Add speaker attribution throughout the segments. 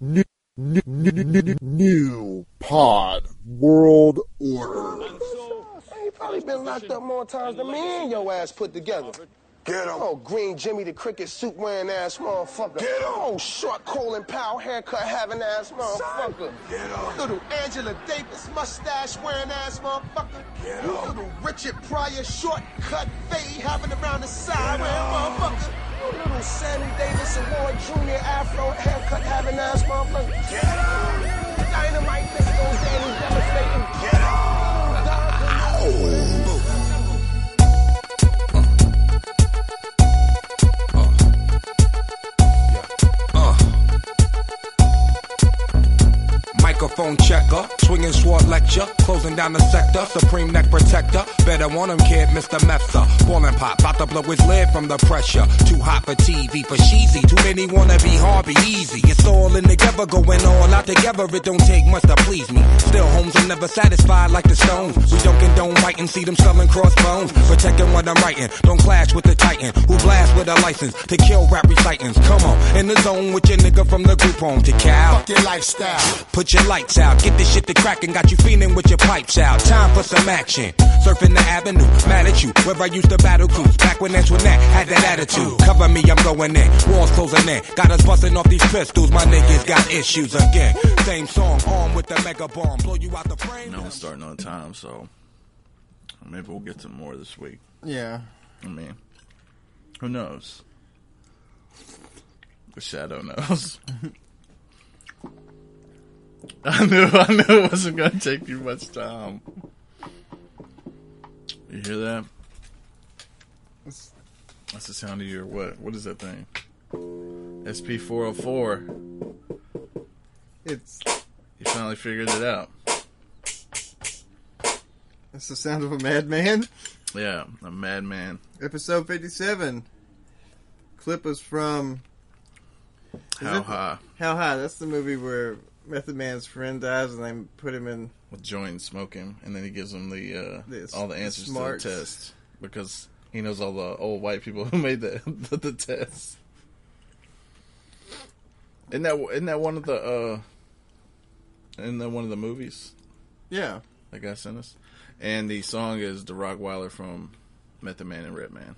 Speaker 1: New, new, new, new, new pod world order.
Speaker 2: He probably been locked up more times than me and your ass put together.
Speaker 3: Get him.
Speaker 2: Oh, green Jimmy, the cricket suit wearing ass motherfucker.
Speaker 3: Get him.
Speaker 2: Oh, short Colin Powell haircut having ass motherfucker.
Speaker 3: Get him.
Speaker 2: Little Angela Davis mustache wearing ass motherfucker.
Speaker 3: Get him.
Speaker 2: Little Richard Pryor shortcut fade having around the side wearing motherfucker. You Little Sammy Davis Award Jr. afro haircut having ass motherfucker. Get him. Dynamite pistols, Danny devastating. Get
Speaker 4: Microphone checker, swinging sword lecture, closing down the sector, supreme neck protector. Better want him, kid, Mr. Messer. Ballin' pop, bout to blow his lid from the pressure. Too hot for TV, for cheesy. Too many wanna be hard, be easy. It's all in together, going all out together. It don't take much to please me. Still, homes, I'm never satisfied like the stones. We don't condone biting, see them selling crossbones. Protecting what I'm writing, don't clash with the titan who blast with a license to kill rap recitants. Come on, in the zone with your nigga from the group home to Cal.
Speaker 1: Your lifestyle.
Speaker 4: Put your lights out, get this shit to crackin', got you feeling with your pipes out. Time for some action. Surfing the avenue, mad at you, where I used to battle cruise. Back when that's when that had that attitude. Cover me, I'm going in, walls closing in. Got us busting off these pistols, my niggas got issues again. Same song, armed with the mega bomb, blow you out the frame.
Speaker 5: No, I'm starting on time, so maybe we'll get some more this week.
Speaker 6: Yeah.
Speaker 5: I mean, who knows? The shadow knows. I knew, I knew it wasn't going to take you much time. You hear that?
Speaker 6: It's-
Speaker 5: That's the sound of your what? What is that thing? SP four hundred four.
Speaker 6: It's
Speaker 5: You finally figured it out.
Speaker 6: it's the sound of a madman.
Speaker 5: Yeah, a madman.
Speaker 6: Episode fifty-seven. Clip was from
Speaker 5: How
Speaker 6: it-
Speaker 5: high?
Speaker 6: How High. That's the movie where Method Man's friend dies, and they put him in.
Speaker 5: with joy and smoke him, and then he gives him the uh,
Speaker 6: The
Speaker 5: all the
Speaker 6: s-
Speaker 5: answers
Speaker 6: smarts.
Speaker 5: to the test because he knows all the old white people who made the the, the test. Isn't that isn't that one of the uh, isn't that one of the movies
Speaker 6: Yeah,
Speaker 5: that guy sent us? And the song is the Rockweiler from Method Man and Red Man.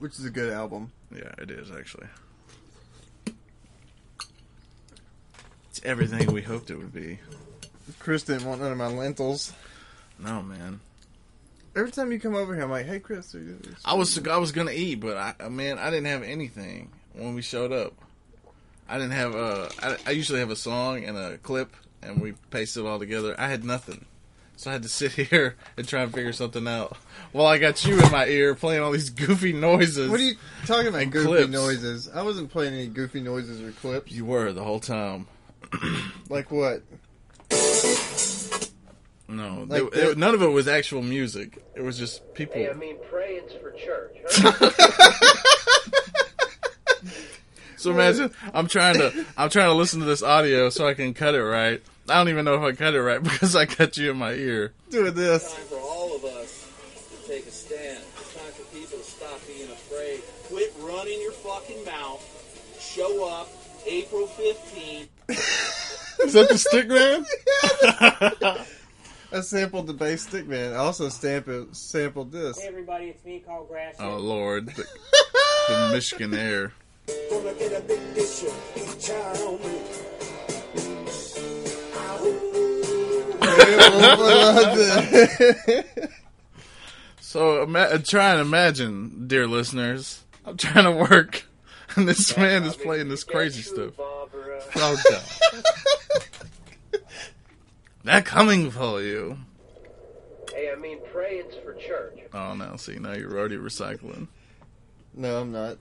Speaker 6: which is a good album.
Speaker 5: Yeah, it is actually. It's everything we hoped it would be.
Speaker 6: Chris didn't want none of my lentils.
Speaker 5: No, man.
Speaker 6: Every time you come over here, I'm like, "Hey, Chris." Are you,
Speaker 5: I was I was gonna eat, but I uh, man, I didn't have anything when we showed up. I didn't have uh, I, I usually have a song and a clip, and we paste it all together. I had nothing, so I had to sit here and try and figure something out. While I got you in my ear playing all these goofy noises.
Speaker 6: What are you talking about?
Speaker 5: And
Speaker 6: Goofy
Speaker 5: clips.
Speaker 6: noises. I wasn't playing any goofy noises or clips.
Speaker 5: You were the whole time.
Speaker 6: Like what?
Speaker 5: No,
Speaker 6: Like
Speaker 5: it-
Speaker 6: the-
Speaker 5: it- none of it was actual music. It was just people.
Speaker 7: Hey, I mean, praying's for church. Huh?
Speaker 5: So imagine I'm trying to I'm trying to listen to this audio so I can cut it right. I don't even know if I cut it right because I got you in my ear.
Speaker 6: Doing this.
Speaker 7: Time for all of us to take a stand. It's time for people to stop being afraid. Quit running your fucking mouth. Show up April 15th.
Speaker 5: Is that the stick man?
Speaker 6: I sampled the bass stick man. I also sampled sampled this.
Speaker 8: Hey everybody, it's me, Carl Grass.
Speaker 5: Oh Lord, the, the Michigan air.
Speaker 3: Gonna get a big picture each time. Ah,
Speaker 5: So ima- try and imagine, dear listeners. I'm trying to work, and this man is playing this crazy stuff.
Speaker 7: Barbara.
Speaker 5: Oh, God. They're coming for you.
Speaker 7: Hey, I mean, praying's for church.
Speaker 5: Oh no, see now you're already recycling.
Speaker 6: No, I'm not.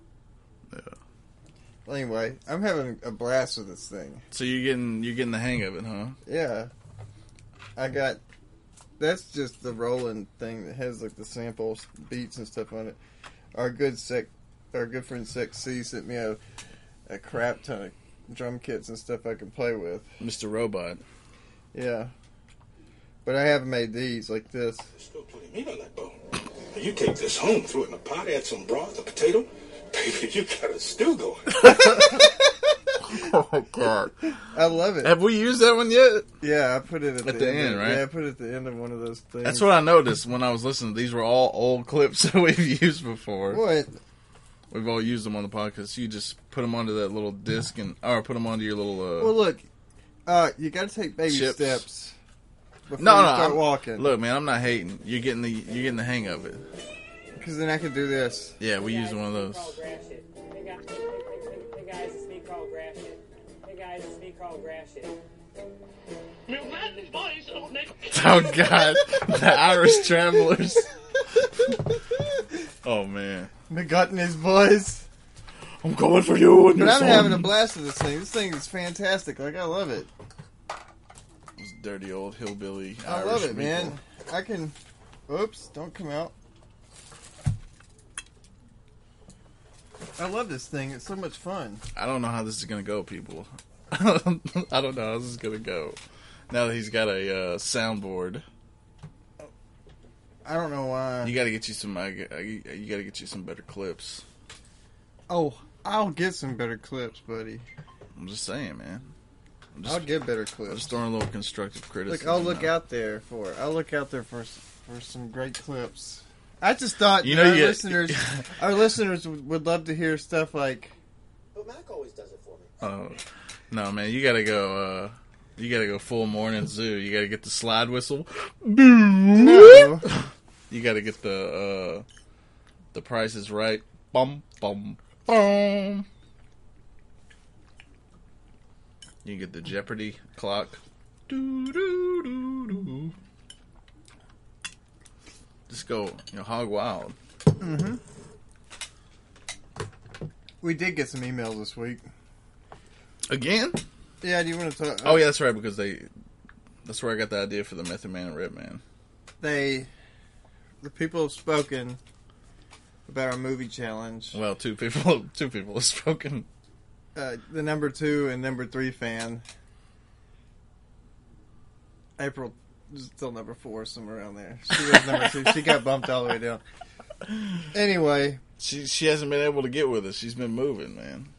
Speaker 5: Yeah.
Speaker 6: Anyway, I'm having a blast with this thing.
Speaker 5: So you're getting you're getting the hang of it, huh?
Speaker 6: Yeah. I got. That's just the Roland thing that has like the samples, beats, and stuff on it. Our good sec, our good friend Sec C sent me a, a crap ton of drum kits and stuff I can play with.
Speaker 5: Mr. Robot.
Speaker 6: Yeah. But I haven't made these like this.
Speaker 3: Still putting meat on that bone. Now you take this home, throw it in a pot, add some broth, a potato. Baby, you got a stew going.
Speaker 5: oh my god!
Speaker 6: I love it.
Speaker 5: Have we used that one yet?
Speaker 6: Yeah, I put it at,
Speaker 5: At the end,
Speaker 6: of-
Speaker 5: right?
Speaker 6: Yeah, I put it at the end of one of those things.
Speaker 5: That's what I noticed when I was listening. These were all old clips that we've used before.
Speaker 6: What?
Speaker 5: We've all used them on the podcast. You just put them onto that little disc and or put them onto your little. Uh,
Speaker 6: Well, look, uh, you got to take baby
Speaker 5: Chips.
Speaker 6: steps before
Speaker 5: no,
Speaker 6: you
Speaker 5: no,
Speaker 6: start
Speaker 5: I'm-
Speaker 6: walking.
Speaker 5: Look, man, I'm not hating. You're getting the you're getting the hang of it.
Speaker 6: because then I can do this.
Speaker 5: Yeah, we
Speaker 8: Hey
Speaker 5: used
Speaker 8: guys,
Speaker 5: one of
Speaker 8: it's me,
Speaker 5: those.
Speaker 8: Carl Gratiot. Hey guys, hey, hey, hey, hey guys, it's me, Carl Gratiot. Hey guys, it's me, Carl Gratiot.
Speaker 5: Oh God, the Irish Travelers. oh man,
Speaker 6: McGutton his voice.
Speaker 5: I'm going for you and
Speaker 6: But
Speaker 5: your
Speaker 6: I'm
Speaker 5: son.
Speaker 6: having a blast with this thing. This thing is fantastic. Like I love it.
Speaker 5: Those dirty old hillbilly.
Speaker 6: I
Speaker 5: Irish
Speaker 6: love it,
Speaker 5: people.
Speaker 6: man. I can. Oops! Don't come out. I love this thing. It's so much fun.
Speaker 5: I don't know how this is gonna go, people. I don't know how this is gonna go. Now that he's got a uh, soundboard,
Speaker 6: I don't know why.
Speaker 5: you gotta get you some. I g- I- You gotta get you some better clips.
Speaker 6: oh, I'll get some better clips, buddy.
Speaker 5: I'm just saying, man. I'm just,
Speaker 6: I'll get better
Speaker 5: I'm
Speaker 6: clips.
Speaker 5: just throwing a little constructive criticism.
Speaker 6: Look, I'll look
Speaker 5: out.
Speaker 6: out there for. I'll look out there for s- for some great clips. I just thought
Speaker 5: You
Speaker 6: you
Speaker 5: know,
Speaker 6: know our
Speaker 5: you-
Speaker 6: listeners, our listeners would would love to hear stuff like
Speaker 2: But Mac always does it for me.
Speaker 5: Oh no, man! You gotta go. Uh, you gotta go full morning zoo. You gotta get the slide whistle.
Speaker 6: no,
Speaker 5: You gotta get the uh, the Price is Right. Bum bum bum. You get the Jeopardy clock. Doo doo doo doo. Just go, you know, hog wild.
Speaker 6: we did get some emails this week.
Speaker 5: Again?
Speaker 6: Yeah, do you want to talk? uh,
Speaker 5: Oh yeah, that's right. Because they, that's where I got the idea for the Method Man and Red Man.
Speaker 6: they the people have spoken about our movie challenge.
Speaker 5: Well, two people, two people have spoken.
Speaker 6: Uh, the number two and number three fan, April, still number four, somewhere around there. She was number two. She got bumped all the way down. Anyway,
Speaker 5: She she hasn't been able to get with us. She's been moving, man.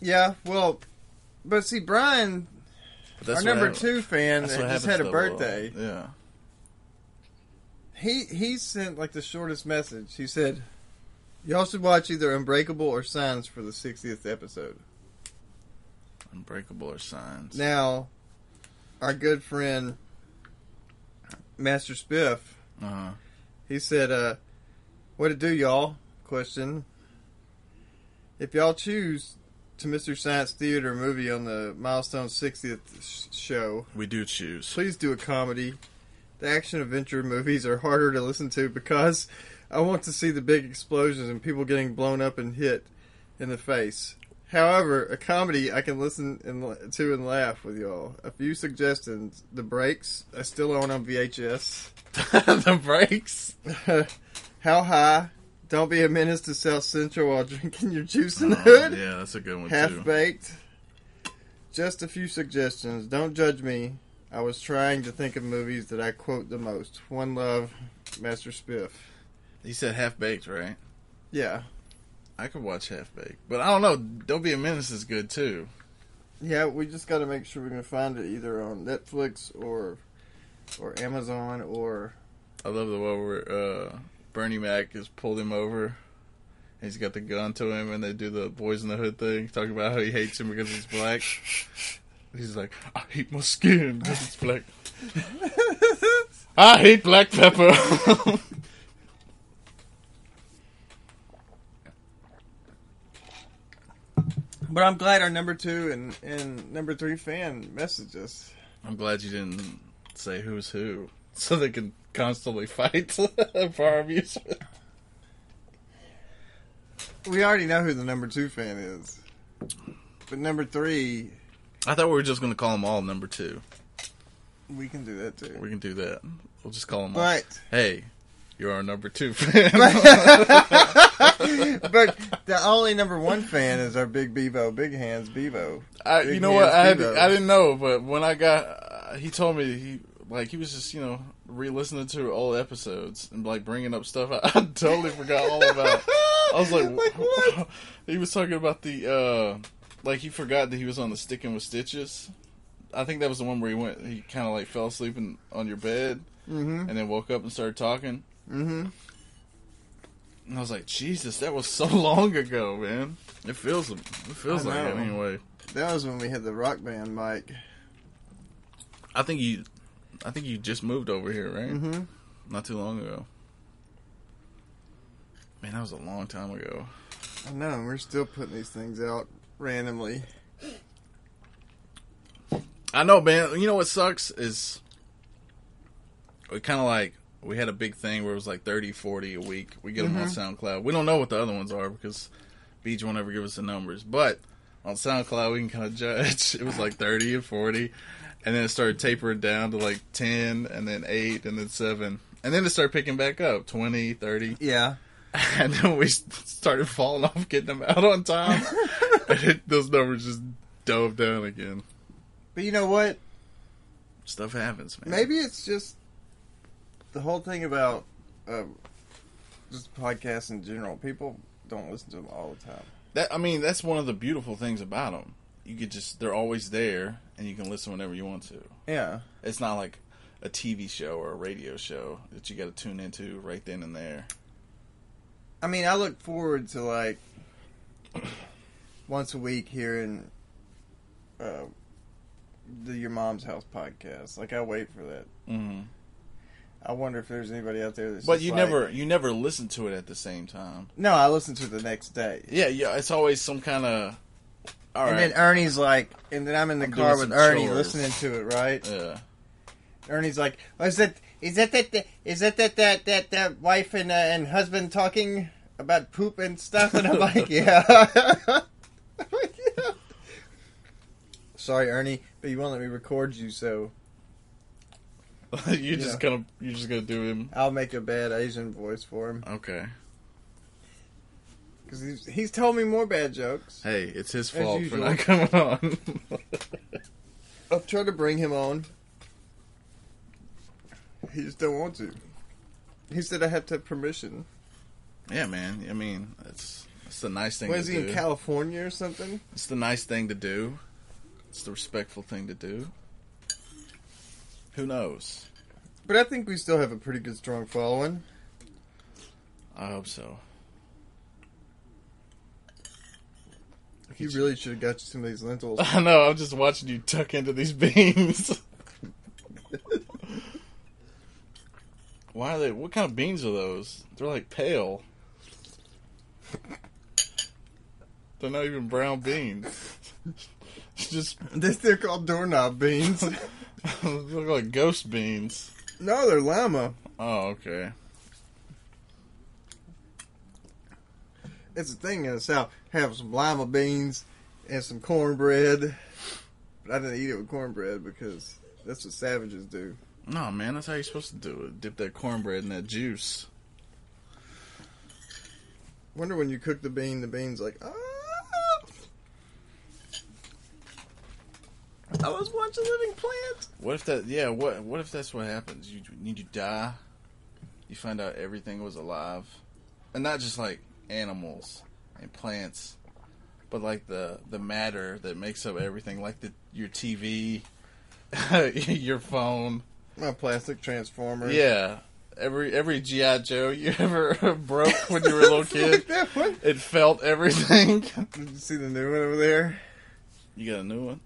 Speaker 6: yeah, well, but see, Brian,
Speaker 5: But that's
Speaker 6: our
Speaker 5: what
Speaker 6: number
Speaker 5: hap-
Speaker 6: two fan,
Speaker 5: that's what happens
Speaker 6: just had
Speaker 5: to
Speaker 6: a
Speaker 5: the world.
Speaker 6: birthday.
Speaker 5: Yeah.
Speaker 6: he he sent like the shortest message. He said, "Y'all should watch either Unbreakable or Signs for the 60th episode."
Speaker 5: Unbreakable or signs.
Speaker 6: Now, our good friend Master Spiff,
Speaker 5: Uh-huh.
Speaker 6: he said, uh, "What to do, y'all?" Question: If y'all choose to Mr. Science Theater movie on the Milestone 60th sh- show,
Speaker 5: We do choose.
Speaker 6: please do a comedy. The action adventure movies are harder to listen to because I want to see the big explosions and people getting blown up and hit in the face. However, a comedy I can listen and la- to and laugh with y'all. A few suggestions: The Breaks, I still own on VHS.
Speaker 5: the breaks.
Speaker 6: How high? Don't be a menace to South Central while drinking your juice in the
Speaker 5: Oh,
Speaker 6: hood.
Speaker 5: yeah, that's a good one
Speaker 6: Half
Speaker 5: too.
Speaker 6: baked. Just a few suggestions. Don't judge me. I was trying to think of movies that I quote the most. One Love, Master Spiff.
Speaker 5: He said half baked, right?
Speaker 6: Yeah.
Speaker 5: I could watch half baked, but I don't know. Don't be a menace is good too.
Speaker 6: Yeah, we just got to make sure we're going to find it either on Netflix or or Amazon or
Speaker 5: I love the one where uh, Bernie Mac has pulled him over. and He's got the gun to him, and they do the boys in the hood thing, talking about how he hates him because he's black. He's like, I hate my skin because it's black. I hate black pepper.
Speaker 6: But I'm glad our number 2 and and number 3 fan messaged us.
Speaker 5: I'm glad you didn't say who's who, so they can constantly fight for our amusement.
Speaker 6: We already know who the number 2 fan is. But number 3,
Speaker 5: I thought we were just going to call them all number two.
Speaker 6: we can do that too.
Speaker 5: We can do that. We'll just call them all.
Speaker 6: But
Speaker 5: Hey, you're our number two fan.
Speaker 6: but the only number one fan is our big Bevo, Big Hands Bevo.
Speaker 5: I,
Speaker 6: Big
Speaker 5: you know what?
Speaker 6: hands
Speaker 5: I had
Speaker 6: Bevo.
Speaker 5: to, I didn't know, but when I got, uh, he told me he like he was just you know re-listening to old episodes and like bringing up stuff I, I totally forgot all about. I was like,
Speaker 6: Like what?
Speaker 5: He was talking about the uh like he forgot that he was on the sticking with stitches. I think that was the one where he went. He kind of like fell asleep in, on your bed, mm-hmm. and then woke up and started talking. Mm-hmm. And I was like, Jesus, that was so long ago, man. It feels it feels
Speaker 6: I
Speaker 5: like it
Speaker 6: know.
Speaker 5: anyway.
Speaker 6: That was when we had the rock band mic.
Speaker 5: I think you, I think you just moved over here, right? Mm-hmm. Not too long ago. Man, that was a long time ago.
Speaker 6: I know, and we're still putting these things out randomly.
Speaker 5: I know, man. You know what sucks is we kind of like we had a big thing where it was like 30, 40 a week. We get them on SoundCloud. We don't know what the other ones are because Beach won't ever give us the numbers, but on SoundCloud we can kind of judge. It was like 30 and 40 and then it started tapering down to like 10 and then 8 and then 7. And then it started picking back up 20, 30.
Speaker 6: Yeah.
Speaker 5: And then we started falling off getting them out on time. and it, those numbers just dove down again.
Speaker 6: But you know what?
Speaker 5: Stuff happens, man.
Speaker 6: Maybe it's just the whole thing about uh, just podcasts in general. People don't listen to them all the time.
Speaker 5: That I mean, that's one of the beautiful things about them. You could just—they're always there, and you can listen whenever you want to.
Speaker 6: Yeah.
Speaker 5: It's not like a TV show or a radio show that you got to tune into right then and there.
Speaker 6: I mean, I look forward to like once a week hearing uh, the Your Mom's House podcast. Like, I wait for that.
Speaker 5: Mm-hmm.
Speaker 6: I wonder if there's anybody out there that's.
Speaker 5: But
Speaker 6: just
Speaker 5: you
Speaker 6: like-
Speaker 5: never—you never listen to it at the same time.
Speaker 6: No, I listen to it the next day.
Speaker 5: Yeah, yeah. It's always some kind of. All
Speaker 6: and
Speaker 5: right.
Speaker 6: then Ernie's like, and then I'm in the
Speaker 5: I'm
Speaker 6: car
Speaker 5: doing
Speaker 6: with
Speaker 5: some
Speaker 6: Ernie
Speaker 5: chores.
Speaker 6: listening to it, right?
Speaker 5: yeah.
Speaker 6: Ernie's like, oh, is that is that that that- is that that that that, that wife and uh, and husband talking about poop and stuff? And I'm like, yeah. I'm like, "Yeah." Sorry, Ernie, but you won't let me record you, so
Speaker 5: you just gonna you just gonna do him.
Speaker 6: I'll make a bad Asian voice for him
Speaker 5: Okay.
Speaker 6: because he's he's told me more bad jokes.
Speaker 5: Hey, it's his
Speaker 6: As
Speaker 5: fault for
Speaker 6: usual.
Speaker 5: not coming on.
Speaker 6: I've tried to bring him on. He just don't want to. He said I have to have permission.
Speaker 5: yeah, man. I mean, it's it's the nice thing.
Speaker 6: What
Speaker 5: to
Speaker 6: is he in
Speaker 5: do.
Speaker 6: California or something?
Speaker 5: It's the nice thing to do. It's the respectful thing to do. Who knows?
Speaker 6: But I think we still have a pretty good strong following.
Speaker 5: I hope so.
Speaker 6: You really should have got you some of these lentils.
Speaker 5: I know. I'm just watching you tuck into these beans. Why are they? What kind of beans are those? They're like pale. They're not even brown beans. It's just
Speaker 6: this they're called doorknob beans.
Speaker 5: look like ghost beans.
Speaker 6: no, they're llama.
Speaker 5: Oh, okay.
Speaker 6: It's a thing in the south. Have some llama beans and some cornbread. But I didn't eat it with cornbread because that's what savages do.
Speaker 5: No, man, that's how you're supposed to do it. Dip that cornbread in that juice.
Speaker 6: Wonder when you cook the bean, the beans like. "Ah." I was once a living plant.
Speaker 5: What if that? Yeah. What? What if that's what happens? You need you die. You find out everything was alive, and not just like animals and plants, but like the the matter that makes up everything, like the your TV, your phone.
Speaker 6: My plastic transformer.
Speaker 5: Yeah. Every every GI Joe you ever broke when you were a little kid,
Speaker 6: That one.
Speaker 5: it felt everything.
Speaker 6: Did you see the new one over there?
Speaker 5: you got a new one?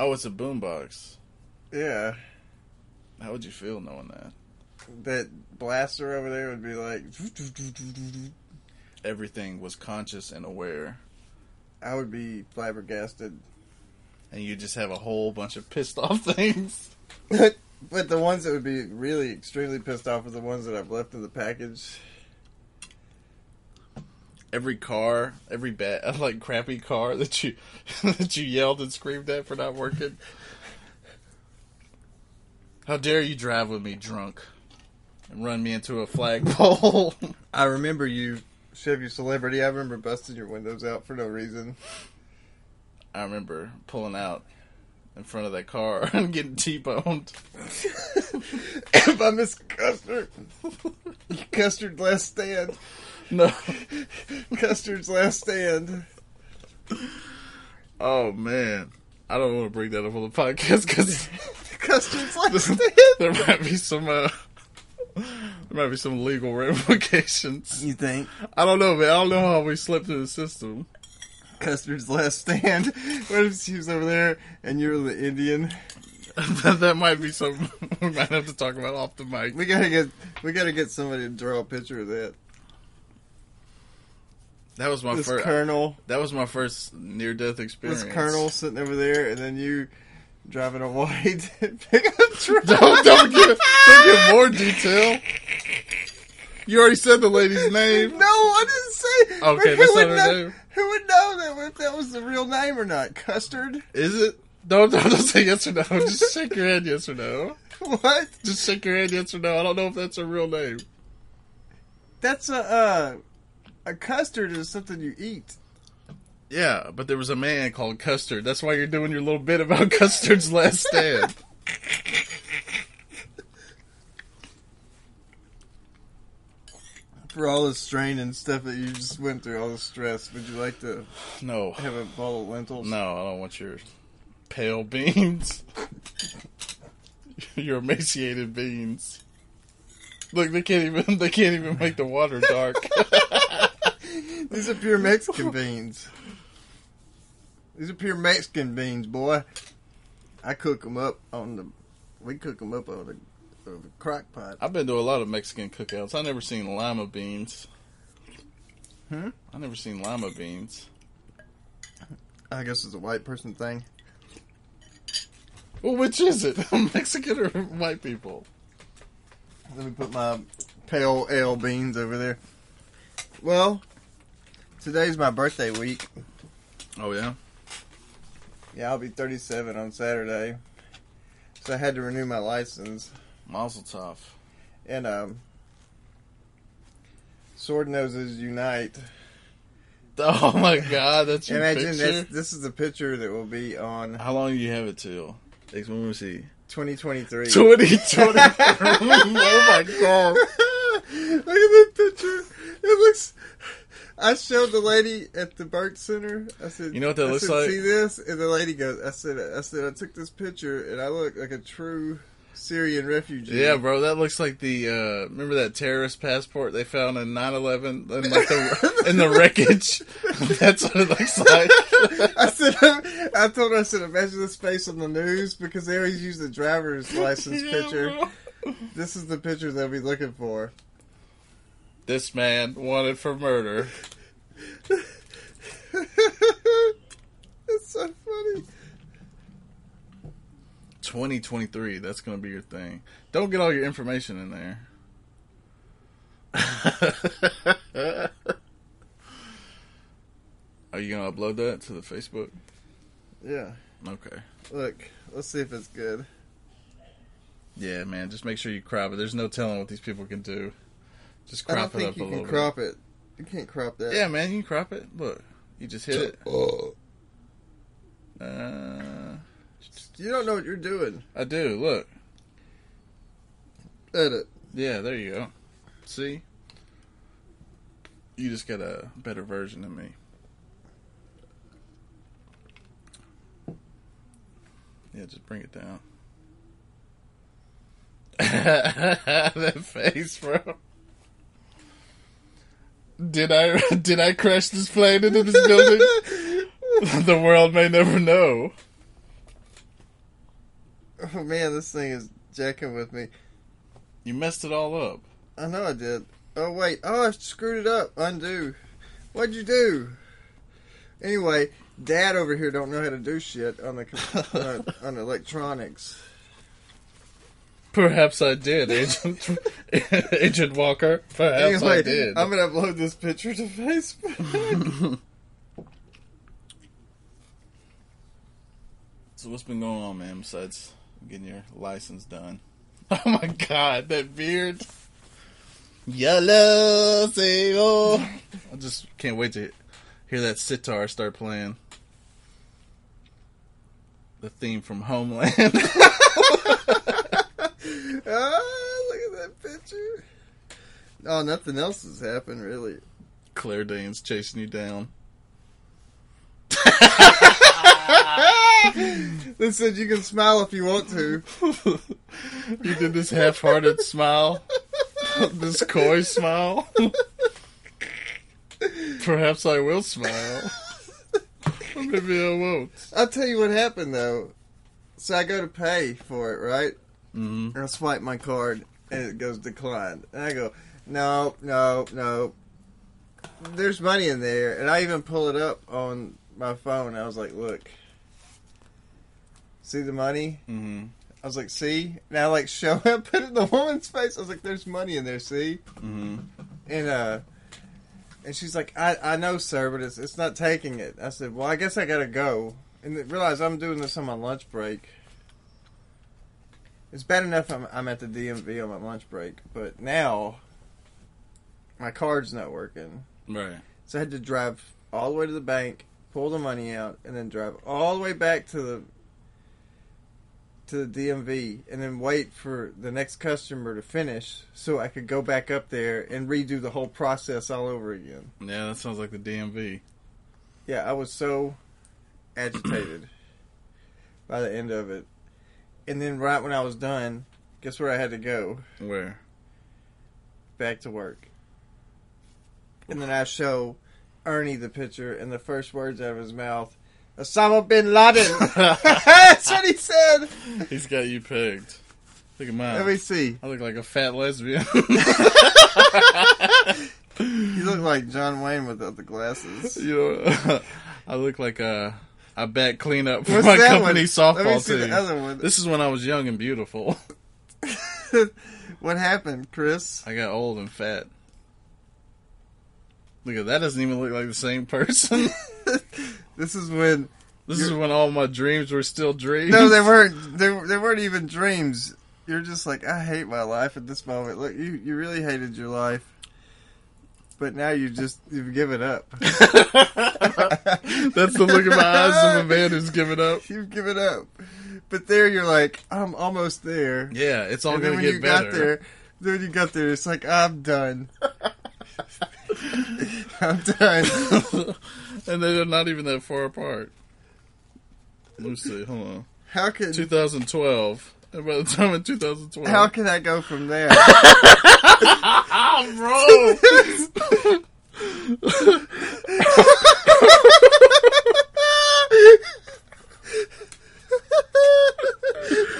Speaker 5: Oh, it's a boombox.
Speaker 6: Yeah.
Speaker 5: How would you feel knowing that?
Speaker 6: that blaster over there would be like
Speaker 5: Everything was conscious and aware.
Speaker 6: I would be flabbergasted.
Speaker 5: and you just have a whole bunch of pissed off things.
Speaker 6: but the ones that would be really extremely pissed off are the ones that I've left in the package.
Speaker 5: Every car, every bad, like crappy car that you that you yelled and screamed at for not working. How dare you drive with me drunk and run me into a flagpole?
Speaker 6: I remember you Chevy celebrity. I remember busting your windows out for no reason.
Speaker 5: I remember pulling out in front of that car and getting t-boned.
Speaker 6: By Miss Custard. Custard last stand.
Speaker 5: No,
Speaker 6: Custard's last stand.
Speaker 5: Oh man, I don't want to bring that up on the podcast because
Speaker 6: Custards like
Speaker 5: there might be some uh, there might be some legal ramifications.
Speaker 6: You think
Speaker 5: I don't know, man. I don't know how we slipped through the system.
Speaker 6: Custard's last stand? What if she was over there and you're the Indian?
Speaker 5: that, that might be something we might have to talk about off the mic.
Speaker 6: We gotta get we gotta get somebody to draw a picture of that.
Speaker 5: That was my
Speaker 6: This
Speaker 5: first.
Speaker 6: colonel,
Speaker 5: That was my first near death
Speaker 6: this
Speaker 5: experience.
Speaker 6: colonel sitting over there, and then you driving a white pickup truck.
Speaker 5: Don't, don't, give, don't give more detail. You already said the lady's name.
Speaker 6: No, I didn't say.
Speaker 5: Okay,
Speaker 6: but
Speaker 5: that's
Speaker 6: who
Speaker 5: not
Speaker 6: would
Speaker 5: her
Speaker 6: know,
Speaker 5: name.
Speaker 6: Who would know that if that was the real name or not? Custard?
Speaker 5: Is it? Don't, don't, don't say yes or no. Just shake your head yes or no.
Speaker 6: What?
Speaker 5: Just shake your head yes or no. I don't know if that's a real name.
Speaker 6: That's a uh, a custard is something you eat.
Speaker 5: Yeah, but there was a man called Custard. That's why you're doing your little bit about Custard's last stand.
Speaker 6: For all the strain and stuff that you just went through, all the stress, would you like to
Speaker 5: No.
Speaker 6: have a bowl of lentils?
Speaker 5: No, I don't want your pale beans. your emaciated beans. Look, they can't even they can't even make the water dark.
Speaker 6: These are pure Mexican beans. These are pure Mexican beans, boy. I cook them up on the. We cook them up on the, on the crock pot.
Speaker 5: I've been to a lot of Mexican cookouts. I never seen lima beans. Hmm? I never seen lima beans.
Speaker 6: I guess it's a white person thing.
Speaker 5: Well, which is it? Mexican or white people?
Speaker 6: Let me put my pale ale beans over there. Well, today's my birthday week.
Speaker 5: Oh yeah.
Speaker 6: Yeah, I'll be 37 on Saturday. So I had to renew my license.
Speaker 5: Mazel tov.
Speaker 6: And, um, Sword Noses Unite.
Speaker 5: Oh my god, that's your
Speaker 6: Imagine
Speaker 5: picture.
Speaker 6: this, this is the picture that will be on
Speaker 5: How long do you have it till? Let me see.
Speaker 6: 2023.
Speaker 5: Twenty twenty. oh my god.
Speaker 6: Look at that picture. It looks. I showed the lady at the Burt Center. I said,
Speaker 5: You know what that
Speaker 6: I
Speaker 5: looks
Speaker 6: said,
Speaker 5: like?
Speaker 6: See this?" And the lady goes, "I said, I said, I took this picture, and I look like a true Syrian refugee."
Speaker 5: Yeah, bro, that looks like the uh remember that terrorist passport they found in 9/11 in like the in the wreckage. That's what it looks like.
Speaker 6: I said, I told her, I said, imagine this face on the news because they always use the driver's license
Speaker 5: Yeah,
Speaker 6: picture.
Speaker 5: bro.
Speaker 6: This is the picture they'll be looking for.
Speaker 5: This man wanted for murder.
Speaker 6: It's so funny.
Speaker 5: 2023, that's going to be your thing. Don't get all your information in there. Are you going to upload that to the Facebook?
Speaker 6: Yeah.
Speaker 5: Okay.
Speaker 6: Look, let's see if it's good.
Speaker 5: Yeah, man, just make sure you crop it. There's no telling what these people can do. Just
Speaker 6: I don't
Speaker 5: crop it
Speaker 6: think
Speaker 5: up a
Speaker 6: you
Speaker 5: little
Speaker 6: can
Speaker 5: bit.
Speaker 6: crop it. You can't crop that.
Speaker 5: Yeah, man, you can crop it. Look, you just hit it.
Speaker 6: Oh.
Speaker 5: Uh,
Speaker 6: You don't know what you're doing.
Speaker 5: I do. Look.
Speaker 6: Edit.
Speaker 5: Yeah, there you go. See? You just got a better version than me. Yeah, just bring it down. that face, bro. Did I did I crash this plane into this building? the world may never know.
Speaker 6: Oh man, this thing is jacking with me.
Speaker 5: You messed it all up.
Speaker 6: I know I did. Oh wait. Oh, I screwed it up. Undo. What'd you do? Anyway, Dad over here don't know how to do shit on the com- on, on electronics.
Speaker 5: Perhaps I did, Agent Agent Walker. Perhaps I
Speaker 6: anyway,
Speaker 5: did.
Speaker 6: I'm gonna upload this picture to Facebook.
Speaker 5: So what's been going on, man? Besides getting your license done. Oh my god, that beard. Yellow single. I just can't wait to hear that sitar start playing. The theme from Homeland.
Speaker 6: oh, look at that picture. Oh, nothing else has happened really.
Speaker 5: Claire Danes chasing you down.
Speaker 6: They said you can smile if you want to.
Speaker 5: You did this half-hearted smile, this coy smile. Perhaps I will smile. Or Maybe I won't.
Speaker 6: I'll tell you what happened though. So I go to pay for it, right? mm
Speaker 5: Mm-hmm.
Speaker 6: I swipe my card and it goes declined. And I go, no, no, no. There's money in there, and I even pull it up on my phone. I was like, look, see the money?
Speaker 5: Mm-hmm.
Speaker 6: I was like, see? And I like show it, put it in the woman's face. I was like, there's money in there, see?
Speaker 5: Mm-hmm.
Speaker 6: and uh and she's like i i know sir but it's it's not taking it i said well i guess i gotta go and then realize i'm doing this on my lunch break it's bad enough i'm, I'm at the dmv on my lunch break but now my card's not working
Speaker 5: Right.
Speaker 6: so i had to drive all the way to the bank pull the money out and then drive all the way back to the to the DMV and then wait for the next customer to finish so I could go back up there and redo the whole process all over again.
Speaker 5: Yeah, that sounds like the DMV.
Speaker 6: Yeah, I was so agitated by the end of it. And then right when I was done, guess where I had to go?
Speaker 5: Where?
Speaker 6: Back to work. And then I show Ernie the picture and the first words out of his mouth, Osama bin Laden. That's what he said.
Speaker 5: He's got you pegged. Look at mine.
Speaker 6: Let me see.
Speaker 5: I look like a fat lesbian.
Speaker 6: You look like John Wayne without the glasses.
Speaker 5: you know, I look like a I back cleanup for
Speaker 6: What's
Speaker 5: my
Speaker 6: that
Speaker 5: company
Speaker 6: one?
Speaker 5: softball
Speaker 6: Let me see the
Speaker 5: team.
Speaker 6: other one.
Speaker 5: This is when I was young and beautiful.
Speaker 6: what happened, Chris?
Speaker 5: I got old and fat. Look at that! Doesn't even look like the same person.
Speaker 6: This is when
Speaker 5: this is when all my dreams were still dreams.
Speaker 6: no, they weren't. They, they weren't even dreams. You're just like I hate my life at this moment. Look, you you really hated your life, but now you just you've given up.
Speaker 5: That's the look in my eyes of a man who's given up.
Speaker 6: You've given up. But there, you're like I'm almost there.
Speaker 5: Yeah, it's all
Speaker 6: and then
Speaker 5: gonna
Speaker 6: when
Speaker 5: get
Speaker 6: you
Speaker 5: better.
Speaker 6: got there, then when you got there, it's like I'm done. I'm done.
Speaker 5: and they're not even that far apart. Let me see. Hold on.
Speaker 6: How can
Speaker 5: 2012. And by the time in 2012,
Speaker 6: how can I go from there?
Speaker 5: bro,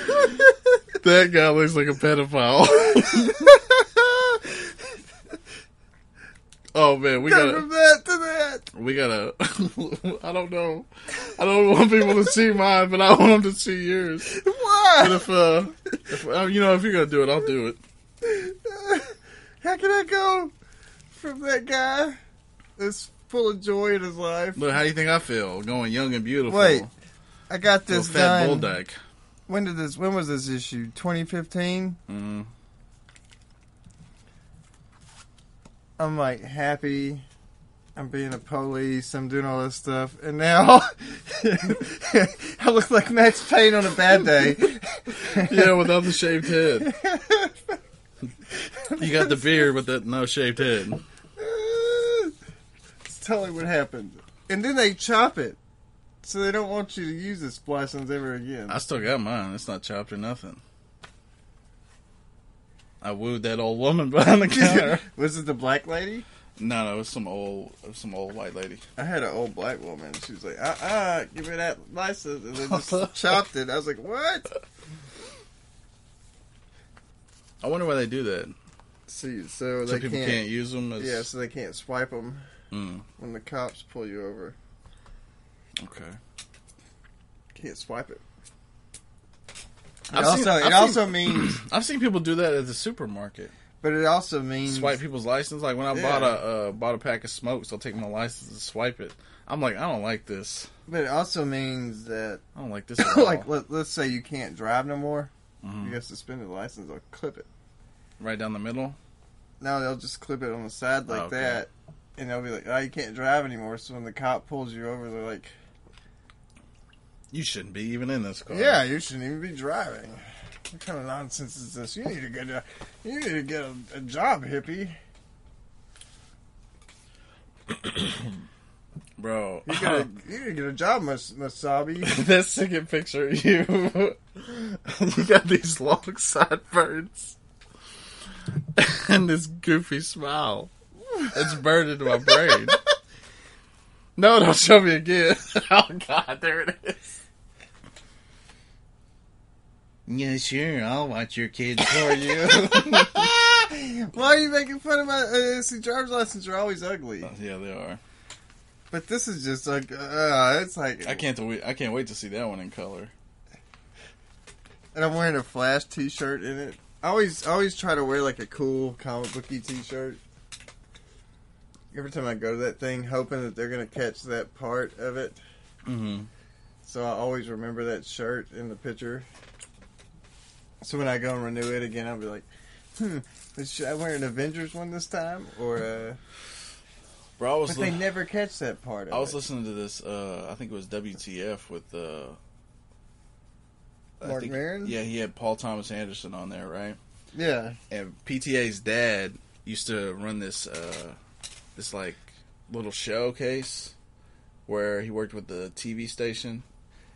Speaker 5: that guy looks like a pedophile. oh man, we
Speaker 6: go
Speaker 5: gotta.
Speaker 6: from that to that.
Speaker 5: We gotta. I don't know. I don't want people to see mine, but I want them to see yours. But
Speaker 6: Why?
Speaker 5: if, uh, if uh, you know, if you're gonna do it, I'll do it.
Speaker 6: How can I go from that guy that's full of joy in his life?
Speaker 5: Look, how do you think I feel going young and beautiful?
Speaker 6: Wait, I got
Speaker 5: to a
Speaker 6: this
Speaker 5: fat
Speaker 6: done.
Speaker 5: bulldog.
Speaker 6: When did this? When was this issue? 2015.
Speaker 5: Mm.
Speaker 6: I'm like happy. I'm being a police. I'm doing all this stuff, and now I look like Max Payne on a bad day.
Speaker 5: Yeah, without the shaved head. You got the beard with that no shaved head.
Speaker 6: It's totally what happened. And then they chop it, so they don't want you to use the splashings ever again.
Speaker 5: I still got mine. It's not chopped or nothing. I wooed that old woman behind the counter.
Speaker 6: was it the black lady?
Speaker 5: no, no, it was some old, it was some old white lady.
Speaker 6: I had an old black woman. She was like, uh uh give me that license. And they just chopped it. I was like, what?
Speaker 5: I wonder why they do that.
Speaker 6: See, so,
Speaker 5: So
Speaker 6: they
Speaker 5: people can't,
Speaker 6: can't,
Speaker 5: use them. As,
Speaker 6: Yeah, so they can't swipe them
Speaker 5: Mm,
Speaker 6: when the cops pull you over.
Speaker 5: okay.
Speaker 6: Can't swipe it. It
Speaker 5: I've
Speaker 6: also,
Speaker 5: seen- I've
Speaker 6: it
Speaker 5: seen-
Speaker 6: also means,
Speaker 5: I've seen people do that at the supermarket.
Speaker 6: but it also means
Speaker 5: Swipe people's license. Like when I
Speaker 6: Mm. Yeah.
Speaker 5: bought a uh, bought a pack of smokes, I'll take my license and swipe it. I'm like, I don't like this.
Speaker 6: But it also means that,
Speaker 5: I don't like this. At all.
Speaker 6: like, let, let's say you can't drive no more.
Speaker 5: Mm-hmm.
Speaker 6: You got suspended license. They'll clip it.
Speaker 5: right down the middle.
Speaker 6: No, they'll just clip it on the side like
Speaker 5: Okay.
Speaker 6: that, and they'll be like, "Oh, you can't drive anymore." So when the cop pulls you over, they're like,
Speaker 5: You shouldn't be even in this car.
Speaker 6: Yeah, you shouldn't even be driving. What kind of nonsense is this? You need to get a, you need to get a, a job, hippie.
Speaker 5: bro.
Speaker 6: You gotta, you gotta get a job, Mas- Masabi.
Speaker 5: that second picture of you. you got these long sideburns and this goofy smile. It's burned into my brain. No, don't show me again. oh God, there it is. Yeah, sure. I'll watch your kids for you.
Speaker 6: Why are you making fun of my? Uh, see, driver's licenses are always ugly,
Speaker 5: yeah, they are.
Speaker 6: but this is just like, uh, it's like,
Speaker 5: I can't. Wait, I can't wait to see that one in color.
Speaker 6: and I'm wearing a Flash T-shirt in it. I always, I always try to wear like a cool comic booky T-shirt. Every time I go to that thing, hoping that they're gonna catch that part of it,
Speaker 5: Mm-hmm.
Speaker 6: so I always remember that shirt in the picture. So when I go and renew it again, I'll be like, hmm, should I wear an Avengers one this time or? Uh,
Speaker 5: Bro, I was
Speaker 6: But they
Speaker 5: li-
Speaker 6: never catch that part. Of
Speaker 5: I was
Speaker 6: it.
Speaker 5: listening to this. Uh, I think it was WTF with uh, I
Speaker 6: Mark
Speaker 5: think-
Speaker 6: Maron?
Speaker 5: Yeah, he had Paul Thomas Anderson on there, right?
Speaker 6: Yeah,
Speaker 5: And PTA's dad used to run this uh, this like little showcase where he worked with the TV station,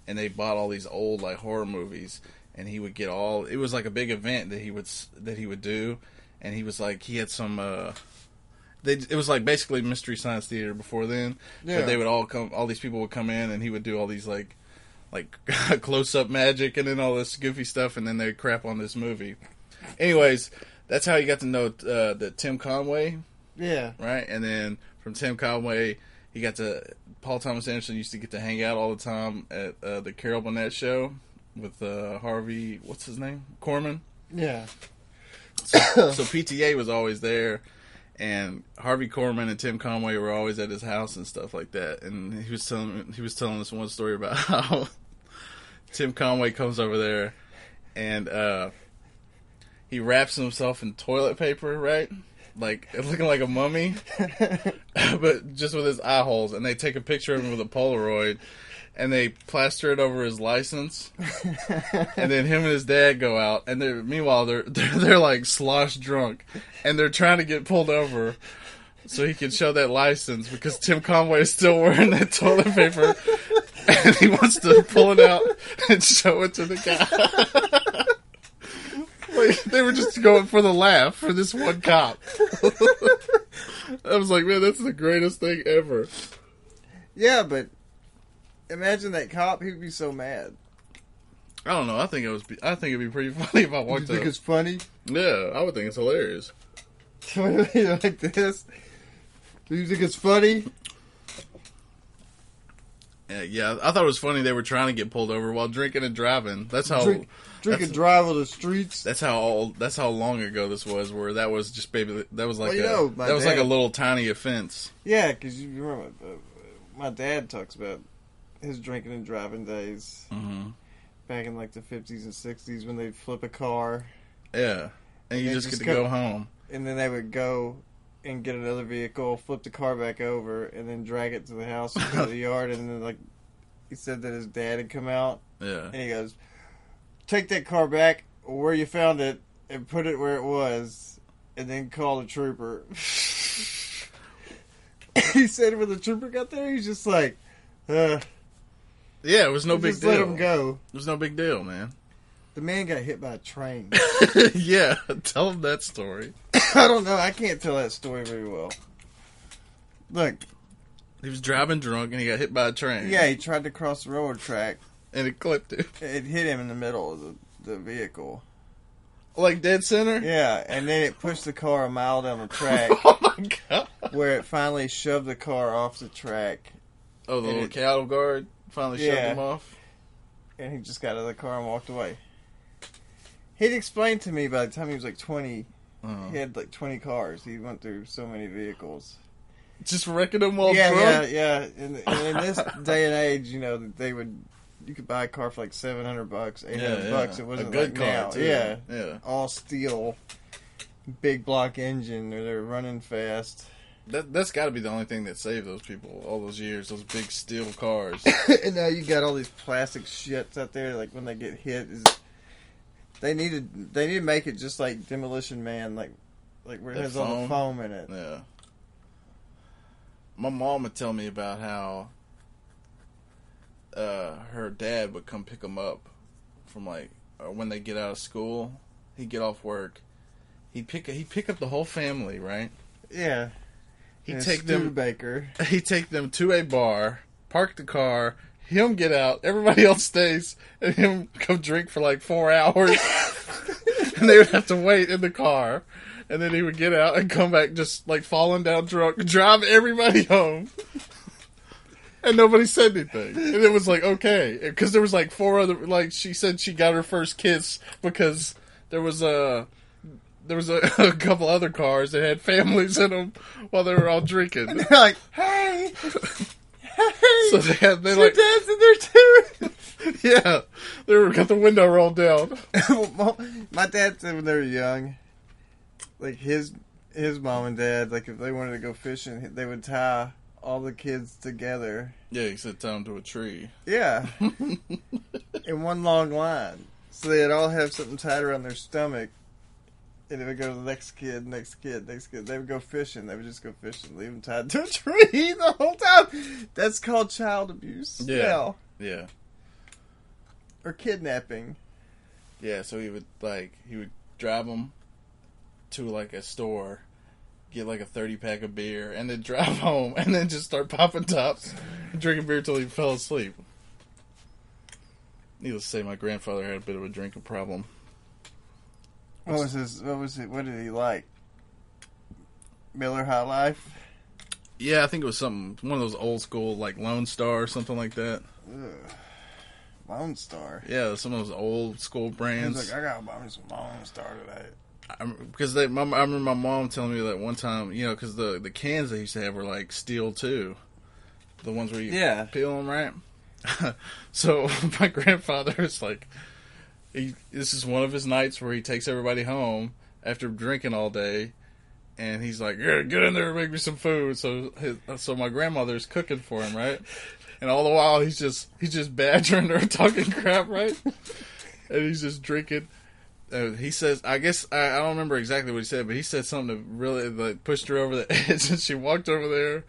Speaker 5: and they bought all these old like horror movies, and he would get all. It was like a big event that he would s- that he would do, and he was like he had some. Uh, they, it was like basically Mystery Science Theater before then. Yeah.
Speaker 6: Yeah.
Speaker 5: But they would all come, all these people would come in, and he would do all these like, like close up magic, and then all this goofy stuff, and then they would crap on this movie. Anyways, that's how you got to know uh, that Tim Conway,
Speaker 6: yeah.
Speaker 5: right? And then from Tim Conway, he got to Paul Thomas Anderson used to get to hang out all the time at uh, the Carol Burnett show with uh, Harvey. What's his name? Corman.
Speaker 6: Yeah.
Speaker 5: so PTA was always there, and Harvey Korman and Tim Conway were always at his house and stuff like that. And he was telling he was telling us one story about how Tim Conway comes over there, and uh, he wraps himself in toilet paper, right? Like looking like a mummy, but just with his eye holes. And they take a picture of him with a Polaroid, and they plaster it over his license and then him and his dad go out, and they're meanwhile they're they're, they're like slosh drunk, and they're trying to get pulled over so he can show that license because Tim Conway is still wearing that toilet paper, and he wants to pull it out and show it to the guy. Like, they were just going for the laugh for this one cop. I was like, man, that's the greatest thing ever.
Speaker 6: Yeah, but imagine that cop. He'd be so mad.
Speaker 5: I don't know. I think it was. I think it'd be pretty funny if I
Speaker 6: You
Speaker 5: walked up.
Speaker 6: think it's funny?
Speaker 5: Yeah, I would think it's hilarious.
Speaker 6: like this? Do you think it's funny?
Speaker 5: Uh, yeah, I thought it was funny they were trying to get pulled over while drinking and driving. That's how
Speaker 6: drink, drink
Speaker 5: Oh, that's-
Speaker 6: and drive on the streets.
Speaker 5: that's how old that's how long ago this was where that was just baby that was like
Speaker 6: Well, you
Speaker 5: a,
Speaker 6: know, my
Speaker 5: that was like a
Speaker 6: dad-
Speaker 5: little tiny offense.
Speaker 6: Yeah, because you remember uh, my dad talks about his drinking and driving days
Speaker 5: hmm
Speaker 6: back in like the fifties and sixties when they'd flip a car
Speaker 5: Yeah, and you
Speaker 6: they
Speaker 5: just,
Speaker 6: just
Speaker 5: get to
Speaker 6: go-
Speaker 5: go home.
Speaker 6: and then they would go. And get another vehicle, flip the car back over, and then drag it to the house or to the yard. And then, like, he said that his dad had come out
Speaker 5: Yeah,
Speaker 6: And he goes, Take that car back where you found it and put it where it was and then call the trooper. he said when the trooper got there, he's just like, uh,
Speaker 5: yeah, it was no big
Speaker 6: just
Speaker 5: deal.
Speaker 6: let him go.
Speaker 5: It was no big deal, man.
Speaker 6: The man got hit by a train.
Speaker 5: yeah, tell them that story.
Speaker 6: I don't know. I can't tell that story very well. Look,
Speaker 5: He was driving drunk and he got hit by a train.
Speaker 6: yeah, he tried to cross the railroad track.
Speaker 5: and it clipped him
Speaker 6: It hit him in the middle of the, the vehicle.
Speaker 5: like dead center.
Speaker 6: Yeah, and then it pushed the car a mile down the track.
Speaker 5: Oh my god!
Speaker 6: where it finally shoved the car off the track,
Speaker 5: Oh, the
Speaker 6: And
Speaker 5: little
Speaker 6: it-
Speaker 5: cattle guard finally shoved
Speaker 6: Yeah.
Speaker 5: him off.
Speaker 6: and he just got out of the car and walked away. He'd explained to me by the time he was like 20,
Speaker 5: Uh-huh.
Speaker 6: he had like 20 cars. He went through so many vehicles.
Speaker 5: Just wrecking him while
Speaker 6: yeah,
Speaker 5: drunk.
Speaker 6: yeah, yeah. And, and in this day and age, you know, they would, you could buy a car for like 700 bucks, 800 bucks. It wasn't like now. Yeah.
Speaker 5: yeah.
Speaker 6: All steel, big block engine, or they're running fast.
Speaker 5: That that's got to be the only thing that saved those people all those years. Those big steel cars.
Speaker 6: and now you got all these plastic shits out there. Like when they get hit, is they need to they need to make it just like Demolition Man, like like where it
Speaker 5: The
Speaker 6: has all the
Speaker 5: foam?
Speaker 6: foam in it.
Speaker 5: yeah. my mom would tell me about how uh, her dad would come pick them up from like or when they get out of school. He'd get off work. He'd pick he'd pick up the whole family, right?
Speaker 6: Yeah.
Speaker 5: He'd
Speaker 6: and
Speaker 5: take them
Speaker 6: Studebaker.
Speaker 5: he'd take them to a bar, park the car, him get out, everybody else stays, and him come drink for like four hours. and they would have to wait in the car. And then he would get out and come back just like falling down drunk, drive everybody home. And nobody said anything. And it was like, okay. Because there was like four other, like she said she got her first kiss because there was a. There was a, a couple other cars that had families in them while they were all drinking.
Speaker 6: like, hey, hey,
Speaker 5: So they had they
Speaker 6: your
Speaker 5: like
Speaker 6: dad's in there too.
Speaker 5: yeah, they were got the window rolled down.
Speaker 6: Well, my dad said when they were young, like his his mom and dad, like if they wanted to go fishing, they would tie all the kids together.
Speaker 5: Yeah, he said tie him to a tree.
Speaker 6: Yeah, in one long line. So they'd all have something tied around their stomach, and they would go to the next kid, next kid, next kid. They would go fishing. They would just go fishing, leave them tied to a tree the whole time. That's called child abuse.
Speaker 5: Yeah.
Speaker 6: now,
Speaker 5: Yeah,
Speaker 6: or kidnapping.
Speaker 5: yeah. So he would like he would drive them to like a store, get like a thirty pack of beer, and then drive home, and then just start popping tops, and drinking beer till he fell asleep. Needless to say, my grandfather had a bit of a drinking problem.
Speaker 6: What was his? What was it? What did he like? Miller High Life.
Speaker 5: Yeah, I think it was something one of those old school like Lone Star or something like that.
Speaker 6: Lone Star.
Speaker 5: Yeah, some of those old school brands.
Speaker 6: He's like, I gotta buy me some Lone Star today.
Speaker 5: because they, my, I remember my mom telling me that one time, you know, because the the cans they used to have were like steel too, the ones where you
Speaker 6: Yeah.
Speaker 5: peel them right. so my grandfather is like, he, this is one of his nights where he takes everybody home after drinking all day, and he's like, "Yeah, get in there and make me some food." So his, so my grandmother's cooking for him, right? And all the while he's just he's just badgering her, talking crap, right? and he's just drinking. Uh, he says, I guess I, I don't remember exactly what he said, but he said something that really like pushed her over the edge, and she walked over there.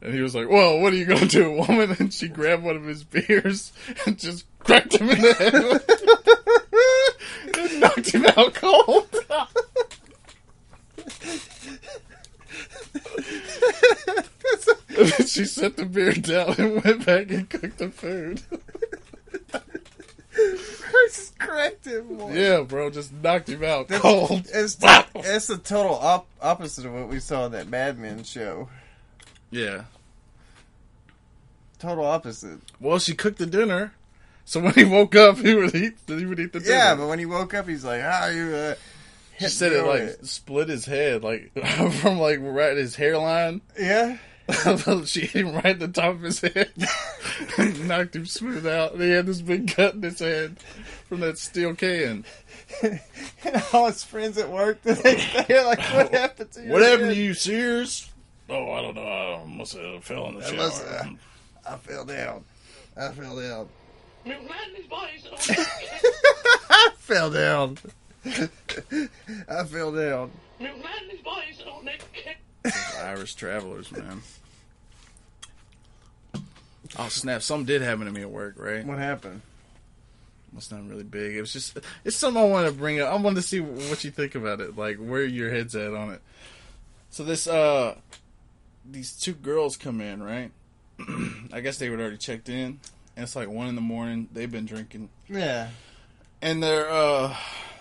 Speaker 5: And he was like, "Whoa, what are you gonna do, woman?" And she grabbed one of his beers and just cracked him in the head with it. and knocked him out cold. and then she set the beer down and went back and cooked the food.
Speaker 6: just cracked him. More.
Speaker 5: yeah, bro, just knocked him out cold.
Speaker 6: It's the, it's the total op- opposite of what we saw in that Mad Men show.
Speaker 5: Yeah.
Speaker 6: Total opposite.
Speaker 5: Well, she cooked the dinner, so when he woke up, he would eat. He would eat the dinner.
Speaker 6: Yeah, but when he woke up, he's like, "Ah, you." Uh,
Speaker 5: she said it like split his head, like from like right at his hairline.
Speaker 6: yeah.
Speaker 5: she hit him right at the top of his head, knocked him smooth out. And he had this big cut in his head from that steel can.
Speaker 6: And all his friends at work the next day are like, "What happened to you?"
Speaker 5: Oh, What happened to you, Sears? Oh, I don't know. I must have fell in the shower.
Speaker 6: must uh, have- I fell down. I fell down. I fell down. I fell down.
Speaker 5: Irish travelers, man. Oh snap! Something did happen to me at work, right?
Speaker 6: What happened?
Speaker 5: It's not really big. It was just it's something I wanted to bring up. I wanted to see what you think about it, like where your head's at on it. So this uh these two girls come in, right? I guess they were already checked in. And it's like one in the morning. They've been drinking,
Speaker 6: Yeah.
Speaker 5: and they're uh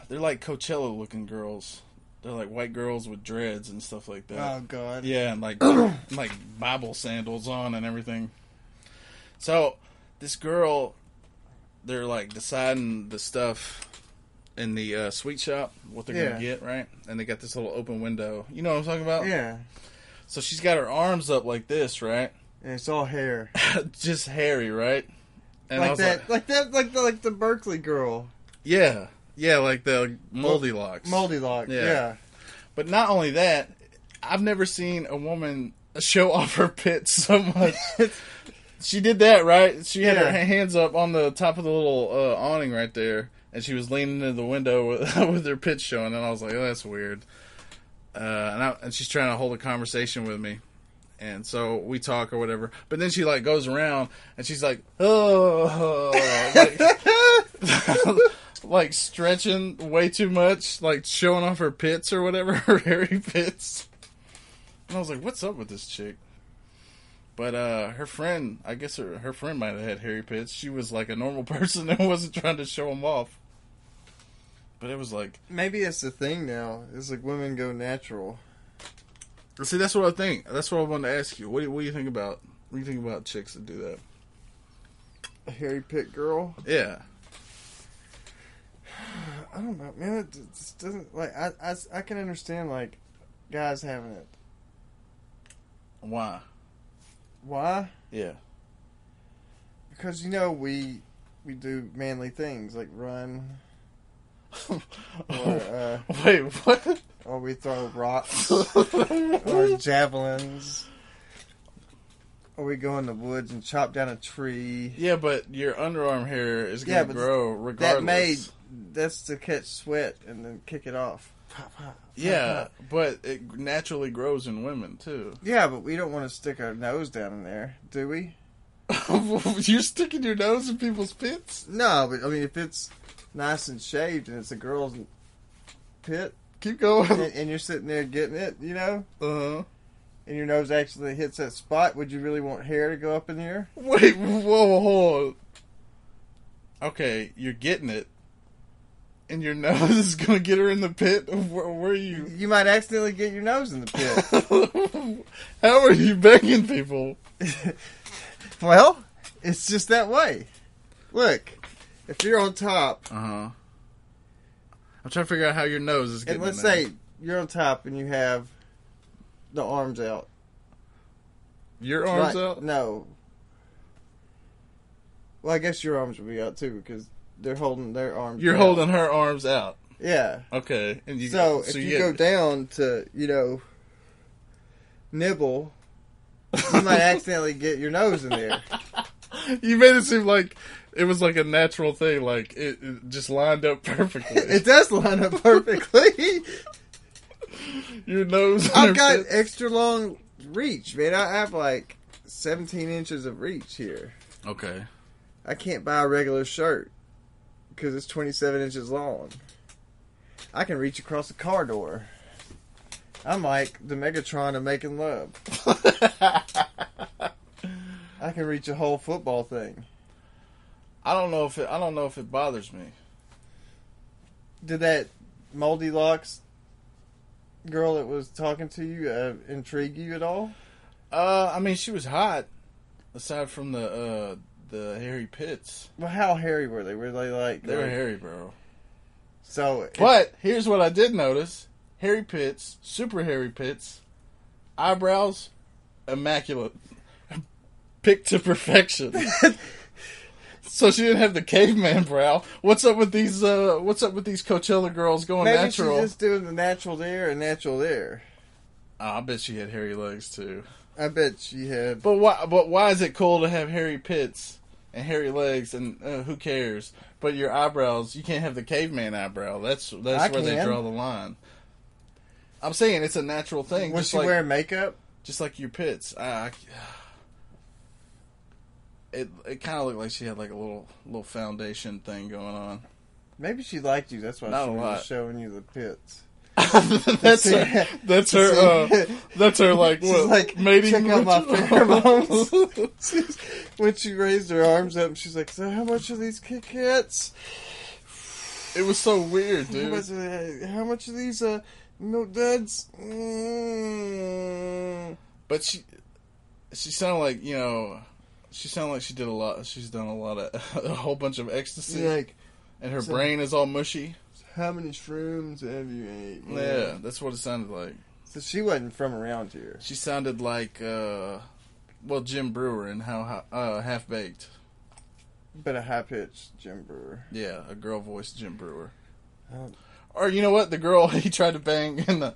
Speaker 5: they're like Coachella looking girls. They're like white girls with dreads and stuff like that.
Speaker 6: Oh God.
Speaker 5: Yeah, and like and, like Bible sandals on and everything. So this girl, they're like deciding the stuff in the uh, sweet shop what they're
Speaker 6: Yeah.
Speaker 5: gonna get, right? And they got this little open window. You know what I'm talking about?
Speaker 6: Yeah.
Speaker 5: So she's got her arms up like this, right?
Speaker 6: And it's all hair.
Speaker 5: Just hairy, right? And I
Speaker 6: Like
Speaker 5: was
Speaker 6: that,
Speaker 5: like,
Speaker 6: like that, like the, like the Berkeley girl,
Speaker 5: yeah, yeah, like the moldy locks,
Speaker 6: Moldy Lock.
Speaker 5: Yeah.
Speaker 6: Yeah.
Speaker 5: But not only that, I've never seen a woman show off her pits so much. she did that, right? She had her
Speaker 6: Yeah.
Speaker 5: hands up on the top of the little uh, awning right there, and she was leaning into the window with, with her pits showing. And I was like, oh, that's weird. Uh, and, I, and she's trying to hold a conversation with me. And so we talk or whatever. But then she like goes around and she's like, oh, like, like stretching way too much, like showing off her pits or whatever, her hairy pits. And I was like, what's up with this chick? But uh, her friend, I guess her, her friend might have had hairy pits. She was like a normal person and wasn't trying to show them off. But it was like,
Speaker 6: Maybe it's the thing now. It's like women go natural.
Speaker 5: see, that's what I think. That's what I wanted to ask you. What do, what do you think about? What do you think about chicks that do that?
Speaker 6: A hairy pit girl.
Speaker 5: Yeah,
Speaker 6: I don't know, man. It just doesn't like I, I, I can understand like guys having it.
Speaker 5: why?
Speaker 6: Why?
Speaker 5: Yeah,
Speaker 6: Because you know we we do manly things like run or uh,
Speaker 5: Wait, what?
Speaker 6: or we throw rocks or javelins or we go in the woods and chop down a tree.
Speaker 5: yeah, but your underarm hair is gonna
Speaker 6: Yeah, but
Speaker 5: grow regardless.
Speaker 6: That made that's to catch sweat and then kick it off.
Speaker 5: yeah, but it naturally grows in women too.
Speaker 6: Yeah, but we don't want to stick our nose down in there, do we?
Speaker 5: You're sticking your nose in people's pits.
Speaker 6: No, but I mean if it's nice and shaved and it's a girl's pit
Speaker 5: Keep going.
Speaker 6: and, and you're sitting there getting it, you know,
Speaker 5: Uh huh.
Speaker 6: and your nose actually hits that spot, would you really want hair to go up in there?
Speaker 5: Wait, whoa, hold. on. Okay, you're getting it, and your nose is gonna get her in the pit. Where, where are you?
Speaker 6: You might accidentally get your nose in the pit.
Speaker 5: How are you begging people?
Speaker 6: Well, it's just that way. Look, if you're on top,
Speaker 5: Uh huh. I'm trying to figure out how your nose is getting.
Speaker 6: and let's
Speaker 5: in there.
Speaker 6: say you're on top and you have the arms out.
Speaker 5: your arms
Speaker 6: Right,
Speaker 5: out.
Speaker 6: No. Well, I guess your arms would be out too because they're holding their arms.
Speaker 5: You're
Speaker 6: out.
Speaker 5: holding her arms out.
Speaker 6: Yeah.
Speaker 5: Okay, and you.
Speaker 6: so if you,
Speaker 5: get-
Speaker 6: go down to, you know, nibble, you might accidentally get your nose in there.
Speaker 5: you made it seem like it was like a natural thing, like it, it just lined up perfectly.
Speaker 6: It does line up perfectly.
Speaker 5: your nose. and her
Speaker 6: I've got
Speaker 5: pits.
Speaker 6: extra long reach, man. I have like 17 inches of reach here.
Speaker 5: okay.
Speaker 6: I can't buy a regular shirt because it's 27 inches long. I can reach across the car door. I'm like the Megatron of making love. I can reach a whole football thing.
Speaker 5: I don't know if it, I don't know if it bothers me.
Speaker 6: Did that Moldy Locks girl that was talking to you uh, intrigue you at all?
Speaker 5: Uh, I mean, she was hot. Aside from the uh, the hairy pits,
Speaker 6: Well, how hairy were they? Were they like
Speaker 5: they were hairy, bro.
Speaker 6: So
Speaker 5: But here's what I did notice: hairy pits, super hairy pits, eyebrows, immaculate, picked to perfection. so she didn't have the caveman brow. What's up with these? Uh, what's up with these Coachella girls going
Speaker 6: Maybe
Speaker 5: natural?
Speaker 6: she's just doing the natural there and natural there.
Speaker 5: Ah, I bet she had hairy legs too.
Speaker 6: I bet she had.
Speaker 5: But why? But why is it cool to have hairy pits and hairy legs and uh, who cares? But your eyebrows, you can't have the caveman eyebrow. That's that's
Speaker 6: I
Speaker 5: where they
Speaker 6: can.
Speaker 5: draw the line. I'm saying it's a natural thing.
Speaker 6: Was
Speaker 5: just
Speaker 6: she
Speaker 5: like,
Speaker 6: wearing makeup?
Speaker 5: just like your pits. I, I- it it kind of looked like she had like a little little foundation thing going on.
Speaker 6: Maybe she liked you. That's why
Speaker 5: Not
Speaker 6: she
Speaker 5: a
Speaker 6: was
Speaker 5: lot.
Speaker 6: just showing you the pits.
Speaker 5: that's her. That's her. Uh, that's her. Like
Speaker 6: She's
Speaker 5: what?
Speaker 6: like,
Speaker 5: mating
Speaker 6: check out my
Speaker 5: ritual."
Speaker 6: pheromones. She's- when she raised her arms up, she's like, "So how much are these Kit Kats?
Speaker 5: it was so weird,
Speaker 6: How
Speaker 5: dude.
Speaker 6: much, uh, how much are these uh, milk duds?" Mm.
Speaker 5: But she she sounded like you know she sounded like she did a lot. She's done a lot of a whole bunch of ecstasy,
Speaker 6: You're like,
Speaker 5: and her
Speaker 6: so-
Speaker 5: brain is all mushy.
Speaker 6: "How many shrooms have you ate?"
Speaker 5: Yeah. that's what it sounded like.
Speaker 6: So she wasn't from around here.
Speaker 5: She sounded like uh, well Jim Brewer in how uh, half baked.
Speaker 6: But a high pitched Jim Brewer.
Speaker 5: Yeah, a girl voiced Jim Brewer.
Speaker 6: Oh.
Speaker 5: Or you know what? The girl he tried to bang, in the,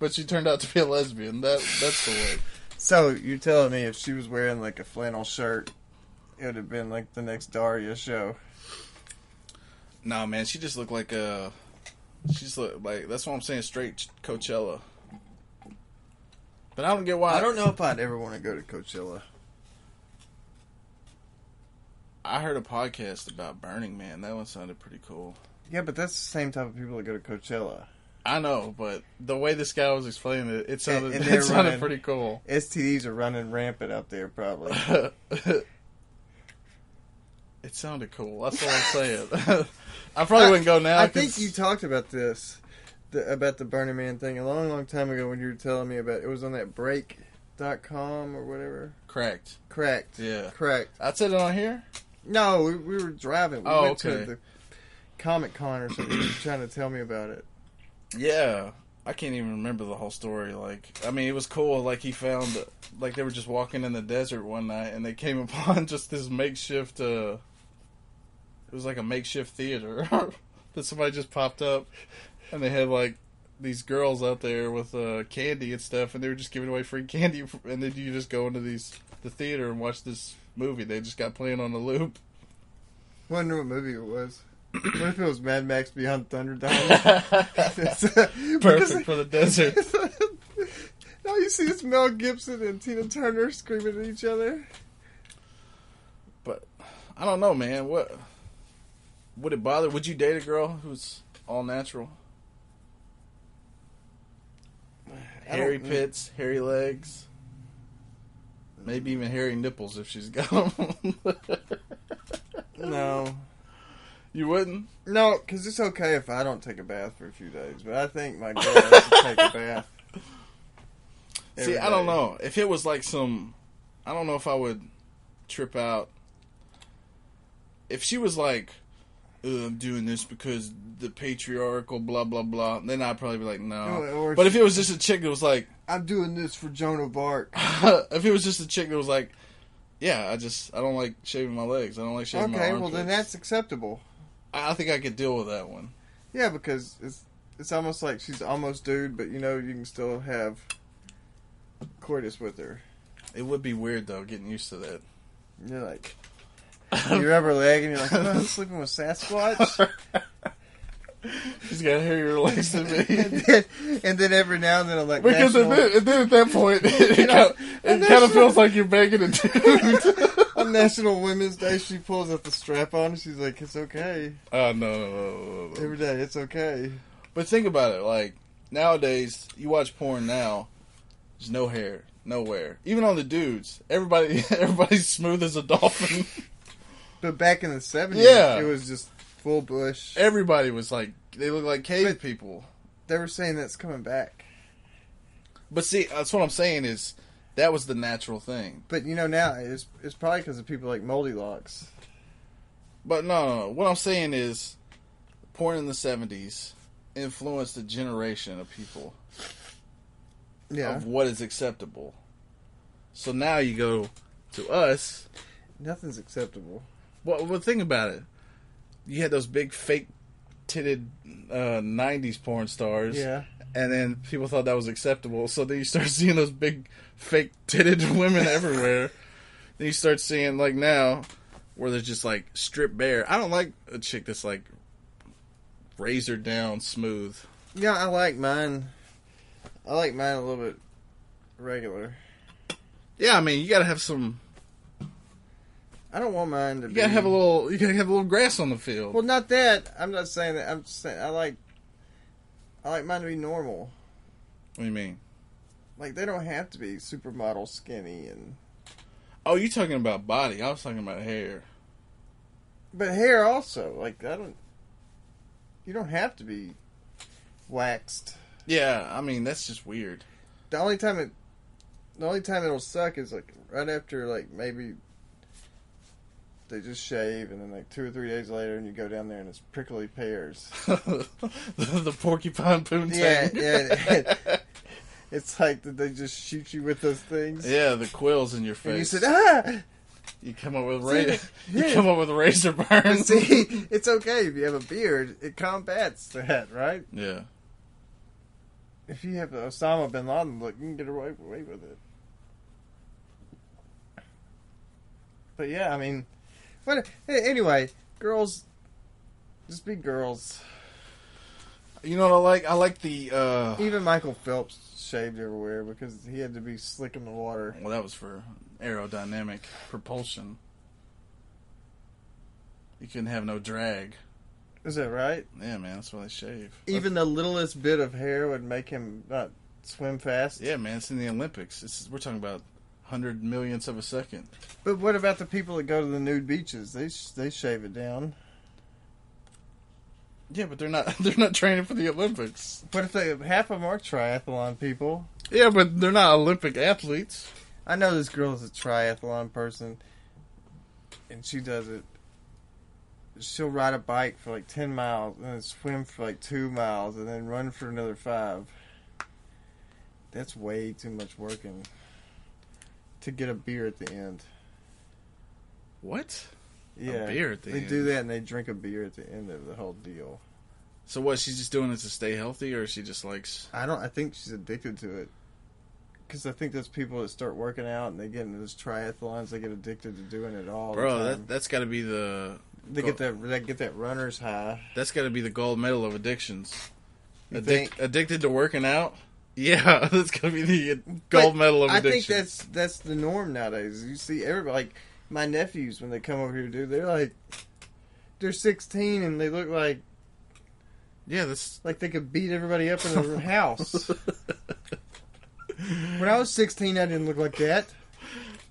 Speaker 5: but she turned out to be a lesbian. That that's the way.
Speaker 6: So you're telling me if she was wearing like a flannel shirt, it would have been like the next Daria show.
Speaker 5: Nah, man, she just looked like a. She's look like that's what I'm saying. Straight Coachella. But I don't get why.
Speaker 6: I don't know if I'd ever want to go to Coachella.
Speaker 5: I heard a podcast about Burning Man. That one sounded pretty cool.
Speaker 6: Yeah, but that's the same type of people that go to Coachella.
Speaker 5: I know, but the way this guy was explaining it, it sounded
Speaker 6: and they're
Speaker 5: it sounded
Speaker 6: running-
Speaker 5: pretty cool.
Speaker 6: STDs are running rampant out there, probably.
Speaker 5: it sounded cool. That's all I'm saying. I probably wouldn't go now.
Speaker 6: I think
Speaker 5: 'cause-
Speaker 6: you talked about this, the, about the Burning Man thing a long, long time ago when you were telling me about it. was on that break.com or whatever.
Speaker 5: cracked.
Speaker 6: Correct.
Speaker 5: Yeah.
Speaker 6: Correct.
Speaker 5: I said it on here.
Speaker 6: No, we, we were driving. We
Speaker 5: Oh,
Speaker 6: went to
Speaker 5: okay.
Speaker 6: the Comic Con or something. you were trying to tell me about it.
Speaker 5: Yeah, I can't even remember the whole story. Like, I mean, it was cool. Like he found, like they were just walking in the desert one night, and they came upon just this makeshift. uh It was like a makeshift theater that somebody just popped up, and they had like these girls out there with uh candy and stuff, and they were just giving away free candy. And then you just go into these the theater and watch this movie. They just got playing on the loop.
Speaker 6: Wonder what movie it was. what if it was Mad Max Beyond Thunderdome?
Speaker 5: Perfect for the desert.
Speaker 6: now you see it's Mel Gibson and Tina Turner screaming at each other.
Speaker 5: But I don't know, man. What would it bother? Would you date a girl who's all natural? Hairy
Speaker 6: don't-
Speaker 5: pits, hairy legs, maybe even hairy nipples if she's got them.
Speaker 6: No.
Speaker 5: you wouldn't?
Speaker 6: No, because it's okay if I don't take a bath for a few days, but I think my girl has to take a bath. every
Speaker 5: See, I don't
Speaker 6: day.
Speaker 5: know. If it was like some, I don't know if I would trip out. If she was like, "Ugh, I'm doing this because the patriarchal blah blah blah, then I'd probably be like,
Speaker 6: Or- or
Speaker 5: no. But if it was just a chick that was like,
Speaker 6: I'm doing this for Joan of Arc.
Speaker 5: if it was just a chick that was like, yeah, I just I don't like shaving my legs. I don't like shaving my
Speaker 6: Okay,
Speaker 5: armpits.
Speaker 6: well then that's acceptable.
Speaker 5: I, I think I could deal with that one.
Speaker 6: Yeah, because it's it's almost like she's almost dude, but you know you can still have coitus with her.
Speaker 5: It would be weird though, getting used to that.
Speaker 6: And You're like, you rub her leg and you're like, oh, I'm sleeping with Sasquatch.
Speaker 5: She's got hairier legs than
Speaker 6: and,
Speaker 5: me.
Speaker 6: then, and then every now and then I'm like,
Speaker 5: Because and
Speaker 6: national,
Speaker 5: then, and then at that point, it, kind, it kind of feels like you're begging a dude.
Speaker 6: on National Women's Day, she pulls out the strap on and she's like, it's okay.
Speaker 5: oh no, no, no, no, no.
Speaker 6: Every day, it's okay.
Speaker 5: But think about it. Like nowadays, you watch porn now. There's no hair, nowhere. Even on the dudes, everybody, everybody's smooth as a dolphin.
Speaker 6: But back in the seventies,
Speaker 5: Yeah.
Speaker 6: it was just full bush.
Speaker 5: everybody was like they look like cave
Speaker 6: But-
Speaker 5: people.
Speaker 6: They were saying that's coming back,
Speaker 5: But see, that's what I'm saying is that was the natural thing.
Speaker 6: but you know now it's it's probably because of people like Moldy Locks.
Speaker 5: But no, no, no. what I'm saying is porn in the 70s influenced a generation of people
Speaker 6: Yeah,
Speaker 5: of what is acceptable. So now you go to us.
Speaker 6: nothing's acceptable.
Speaker 5: Well, well think about it. You had those big fake titted uh, 90s porn stars.
Speaker 6: Yeah,
Speaker 5: and then people thought that was acceptable. So then you start seeing those big fake titted women everywhere. then you start seeing like now where they're just like strip bare. I don't like a chick that's like razor down smooth.
Speaker 6: yeah, I like mine. I like mine a little bit regular.
Speaker 5: Yeah, I mean you gotta have some.
Speaker 6: I don't want mine to
Speaker 5: You
Speaker 6: be.
Speaker 5: gotta have a little. You gotta have a little grass on the field.
Speaker 6: Mm. Well, not that. I'm not saying that. I'm just saying I like. I like mine to be normal.
Speaker 5: what do you mean?
Speaker 6: Like they don't have to be supermodel skinny and.
Speaker 5: Oh, you talking about body? I was talking about hair.
Speaker 6: But hair also, like I don't. You don't have to be waxed.
Speaker 5: Yeah, I mean that's just weird.
Speaker 6: The only time it, the only time it'll suck is like right after like maybe. They just shave, and then like two or three days later, and you go down there, and it's prickly pears.
Speaker 5: the, the porcupine poontang.
Speaker 6: Yeah, yeah. it's like that they just shoot you with those things.
Speaker 5: yeah, the quills in your face.
Speaker 6: And you said, ah,
Speaker 5: You come up with ra-
Speaker 6: See, yeah.
Speaker 5: you come up with razor burns.
Speaker 6: see, it's okay if you have a beard; it combats that, right?
Speaker 5: Yeah,
Speaker 6: If you have the Osama bin Laden look, you can get away, away with it. But yeah, I mean, but hey, anyway, girls, just be girls.
Speaker 5: You know what I like? I like the. uh
Speaker 6: Even Michael Phelps shaved everywhere because he had to be slick in the water.
Speaker 5: Well, that was for aerodynamic propulsion. You couldn't have no drag.
Speaker 6: Is that right?
Speaker 5: Yeah, man, that's why they shave.
Speaker 6: Even the littlest bit of hair would make him not swim fast.
Speaker 5: Yeah, man, it's in the Olympics. It's, we're talking about hundred millionths of a second.
Speaker 6: But what about the people that go to the nude beaches? They sh- they shave it down.
Speaker 5: Yeah, but they're not. They're not training for the Olympics.
Speaker 6: What if they half of them are triathlon people?
Speaker 5: Yeah, but they're not Olympic athletes.
Speaker 6: I know this girl is a triathlon person, and she does it. She'll ride a bike for like ten miles, and then swim for like two miles, and then run for another five. That's way too much working to get a beer at the end.
Speaker 5: What?
Speaker 6: Yeah,
Speaker 5: beer at the
Speaker 6: they
Speaker 5: end.
Speaker 6: do that, and they drink a beer at the end of the whole deal.
Speaker 5: So what? She's just doing it to stay healthy, or she just likes?
Speaker 6: I don't. I think she's addicted to it. Because I think those people that start working out and they get into those triathlons, they get addicted to doing it all. the
Speaker 5: Bro,
Speaker 6: time.
Speaker 5: that that's got to be the
Speaker 6: They get that they get that runner's high.
Speaker 5: that's got to be the gold medal of addictions.
Speaker 6: You
Speaker 5: Addic-
Speaker 6: think?
Speaker 5: addicted to working out. Yeah, that's gonna be the
Speaker 6: But
Speaker 5: gold medal of
Speaker 6: I
Speaker 5: addiction.
Speaker 6: think that's that's the norm nowadays. You see everybody like my nephews when they come over here, dude. They're like they're 16 and they look like
Speaker 5: yeah, that's
Speaker 6: like they could beat everybody up in their house. When I was 16, I didn't look like that.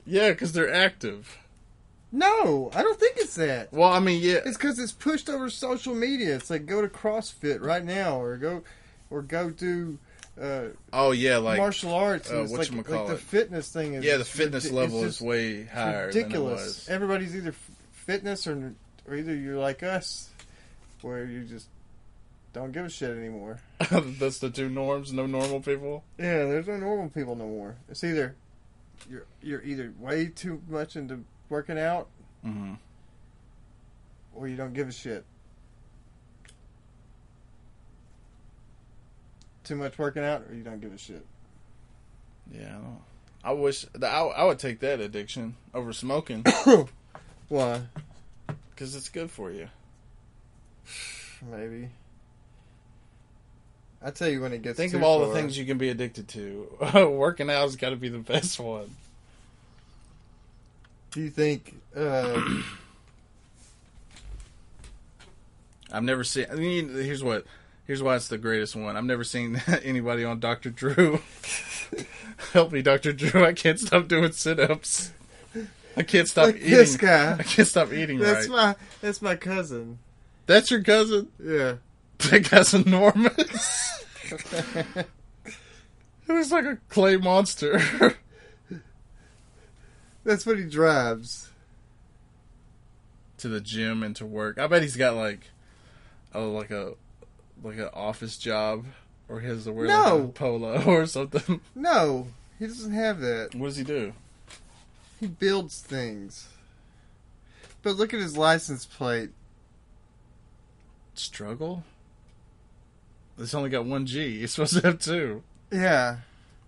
Speaker 5: yeah, because they're active.
Speaker 6: No, I don't think it's that.
Speaker 5: Well, I mean, yeah,
Speaker 6: It's because it's pushed over social media. It's like go to CrossFit right now, or go, or go do uh,
Speaker 5: oh yeah, like
Speaker 6: martial arts. And
Speaker 5: uh,
Speaker 6: it's like, like
Speaker 5: whatchamacallit.
Speaker 6: the fitness thing is
Speaker 5: yeah, the fitness
Speaker 6: ridi-
Speaker 5: level
Speaker 6: it's
Speaker 5: is
Speaker 6: just
Speaker 5: way higher than it
Speaker 6: ridiculous.
Speaker 5: was.
Speaker 6: Everybody's either f- fitness or or either you're like us, where you just don't give a shit anymore.
Speaker 5: that's the two norms. No normal people.
Speaker 6: Yeah, there's no normal people no more. It's either you're you're either way too much into working out,
Speaker 5: Mm-hmm.
Speaker 6: or you don't give a shit. Too much working out, or you don't give a shit.
Speaker 5: Yeah, I don't. I wish I, I would take that addiction over smoking
Speaker 6: Why?
Speaker 5: because it's good for you.
Speaker 6: Maybe. I tell you when it gets.
Speaker 5: Think
Speaker 6: too
Speaker 5: of all the
Speaker 6: far.
Speaker 5: things you can be addicted to. Working out's got to be the best one.
Speaker 6: Do you think? Uh,
Speaker 5: I've never seen. I mean, here's what. Here's why it's the greatest one. I've never seen anybody on Dr. Drew. Help me, Dr. Drew. I can't stop doing sit ups. I can't stop
Speaker 6: Like
Speaker 5: eating.
Speaker 6: this guy.
Speaker 5: I can't stop eating
Speaker 6: that's
Speaker 5: right.
Speaker 6: my that's my cousin.
Speaker 5: That's your cousin?
Speaker 6: Yeah.
Speaker 5: That guy's enormous. he looks like a clay monster.
Speaker 6: That's what he drives.
Speaker 5: to the gym and to work. I bet he's got like a like a like an office job or he has to wear like
Speaker 6: No.
Speaker 5: a polo or something.
Speaker 6: No, he doesn't have that.
Speaker 5: What does he do?
Speaker 6: He builds things. But look at his license plate.
Speaker 5: Struggle? It's only got one G. He's supposed to have two.
Speaker 6: Yeah.